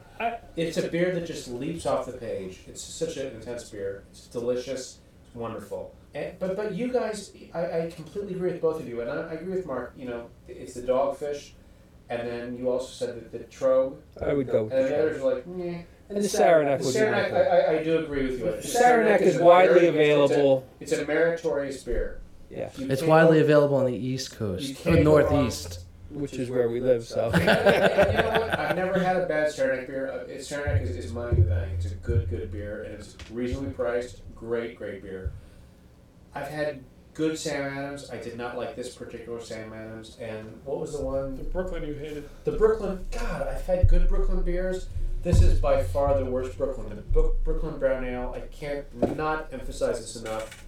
F: It's a beer that just leaps off the page. It's such an intense beer. It's delicious. It's wonderful. And, but but you guys, I, I completely agree with both of you, and I, I agree with Mark. You know, it's the dogfish, and then you also said that the trogue,
E: I would go.
F: and then the others are like, meh.
E: And the Saranac
F: The
E: would be
F: Saranac, I,
E: my
F: I, I do agree with you. The
E: pick. Saranac is widely
F: very- it's a-
E: available.
F: It's a meritorious beer.
E: Yeah,
F: You
C: It's
F: can't-
C: widely available on the East
F: you
C: Coast, or
F: can't go wrong.
C: Northeast.
E: which is where we live. So.
F: you know what? I've never had a bad Saranac beer. Uh, It's Saranac is, is money in the bank. It's a good, good beer, and it's reasonably priced. Great, great beer. I've had good Sam Adams. I did not like this particular Sam Adams. And what was the
D: the
F: one?
D: Brooklyn you hated.
F: The Brooklyn. God, I've had good Brooklyn beers. This is by far the worst Brooklyn. The Bo- Brooklyn Brown Ale. I can't not emphasize this enough.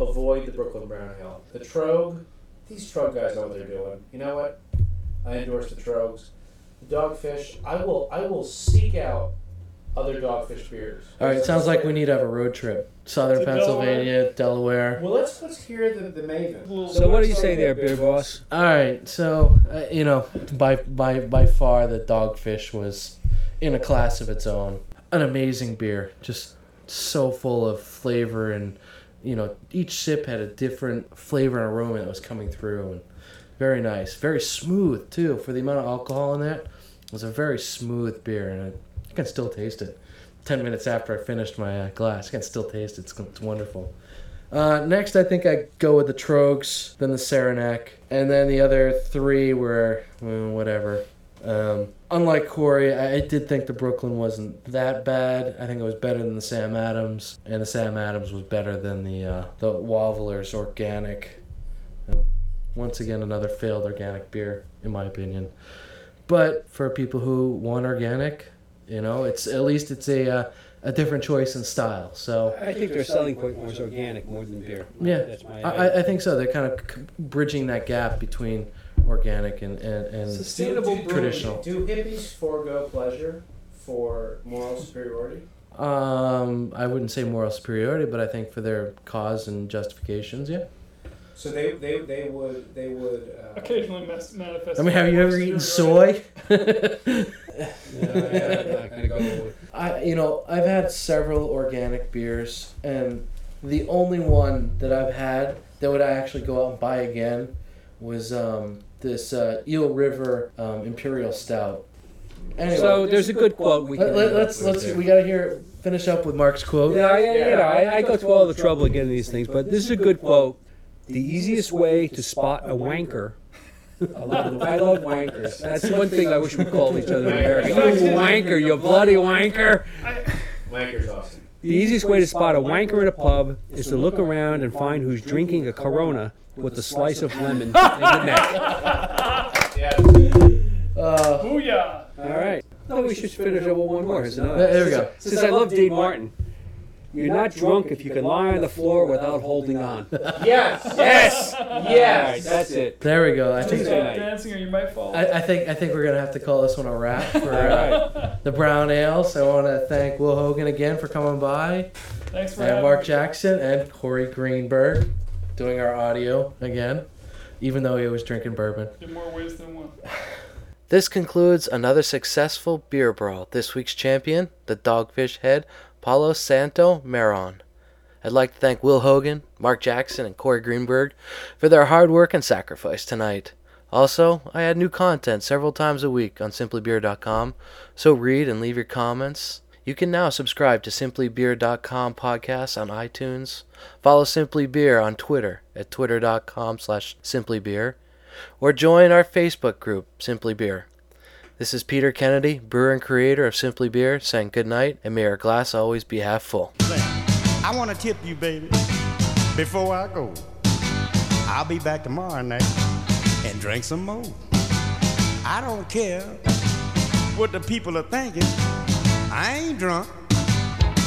F: Avoid the Brooklyn Brown Ale. The Trogue. These Trogue guys know what they're doing. You know what? I endorse the Trogues. The Dogfish. I will. I will seek out other Dogfish beers.
C: All right, sounds like we need to have a road trip. Southern
D: To
C: Pennsylvania, Delaware.
F: Well, let's let's hear the the Maven.
E: So what do you say there, beer boss?
C: All right, so uh, you know, by by by far, the dogfish was in a class of its own. An amazing beer, just so full of flavor, and you know, each sip had a different flavor and aroma that was coming through, and very nice, very smooth too. For the amount of alcohol in that, it was a very smooth beer, and I, I can still taste it. Ten minutes after I finished my uh, glass, I can still taste it. It's, it's wonderful. Uh, next, I think I go with the Trogs, then the Saranac, and then the other three were well, whatever. Um, unlike Corey, I, I did think the Brooklyn wasn't that bad. I think it was better than the Sam Adams, and the Sam Adams was better than the uh, the Wavler's Organic. Um, Once again, another failed organic beer, in my opinion. But for people who want organic, you know, it's at least it's a uh, a different choice in style. So.
E: I think their selling point was organic more than beer.
C: Yeah,
E: that's my.
C: I, I- I think so. They're kind of c- bridging that gap between organic and and, and
D: Sustainable brewing.
C: traditional.
F: Do hippies forego pleasure for moral superiority?
C: Um, I wouldn't say moral superiority, but I think for their cause and justifications, yeah.
F: So they, they, they would they would uh,
D: Occasionally mas- manifest.
C: I mean, have you ever eaten soy?
F: No, yeah, I'm not gonna go with-
C: I, you know, I've had several organic beers, and the only one that I've had that would I actually go out and buy again was um, this uh, Eel River um, Imperial Stout. Anyway,
E: So there's a good quote we
C: let,
E: can.
C: let, us let's we gotta hear finish up with Mark's quote.
E: Yeah, I, you know, I, I go through all the trouble of getting these things, but this is a good quote. The easiest way to spot a wanker.
G: I love, I love wankers.
E: That's one thing I wish we called each other in America.
F: Wankers.
E: You wanker, you bloody wanker.
F: Wanker's awesome.
E: The easiest way to spot a wanker in a pub is to look around and find who's drinking a Corona with a slice of lemon in the neck.
F: Yeah.
C: Uh,
D: Booyah!
E: All right. No, we should finish up with one more. There's another.
C: There- there we go.
E: Since I love Dean Martin, you're not drunk if you can lie on the floor without holding on.
F: Yes.
E: Yes. All right,
F: Yes.
E: that's it.
C: there we go. I
D: Please
E: Tuesday
C: think.
D: stop
E: night.
D: dancing or you might fall.
C: I, I think I think we're gonna have to call this one a wrap for uh,
E: All right.
C: the brown ale. So I want to thank Will Hogan again for coming by.
D: Thanks for
C: And
D: having
C: Mark
D: me.
C: Jackson and Corey Greenberg doing our audio again, even though he was drinking bourbon.
D: In more ways than one.
C: This concludes another successful beer brawl. This week's champion, the Dogfish Head, Paulo Santo Maron. I'd like to thank Will Hogan, Mark Jackson, and Corey Greenberg for their hard work and sacrifice tonight. Also, I add new content several times a week on simplybeer.com, so read and leave your comments. You can now subscribe to simplybeer.com podcasts on iTunes. Follow Simply Beer on Twitter at twitter.com slash simplybeer or join our Facebook group, Simply Beer. This is Peter Kennedy, brewer and creator of Simply Beer, saying good night, and may our glass always be half full.
B: I want to tip you, baby, before I go. I'll be back tomorrow night and drink some more. I don't care what the people are thinking. I ain't drunk.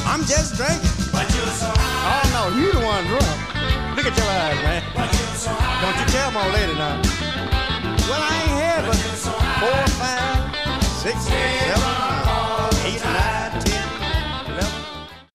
B: I'm just drinking. But you're so high. Oh, no, you the one drunk. Look at your eyes, man. But you're so high. Don't you tell my lady now.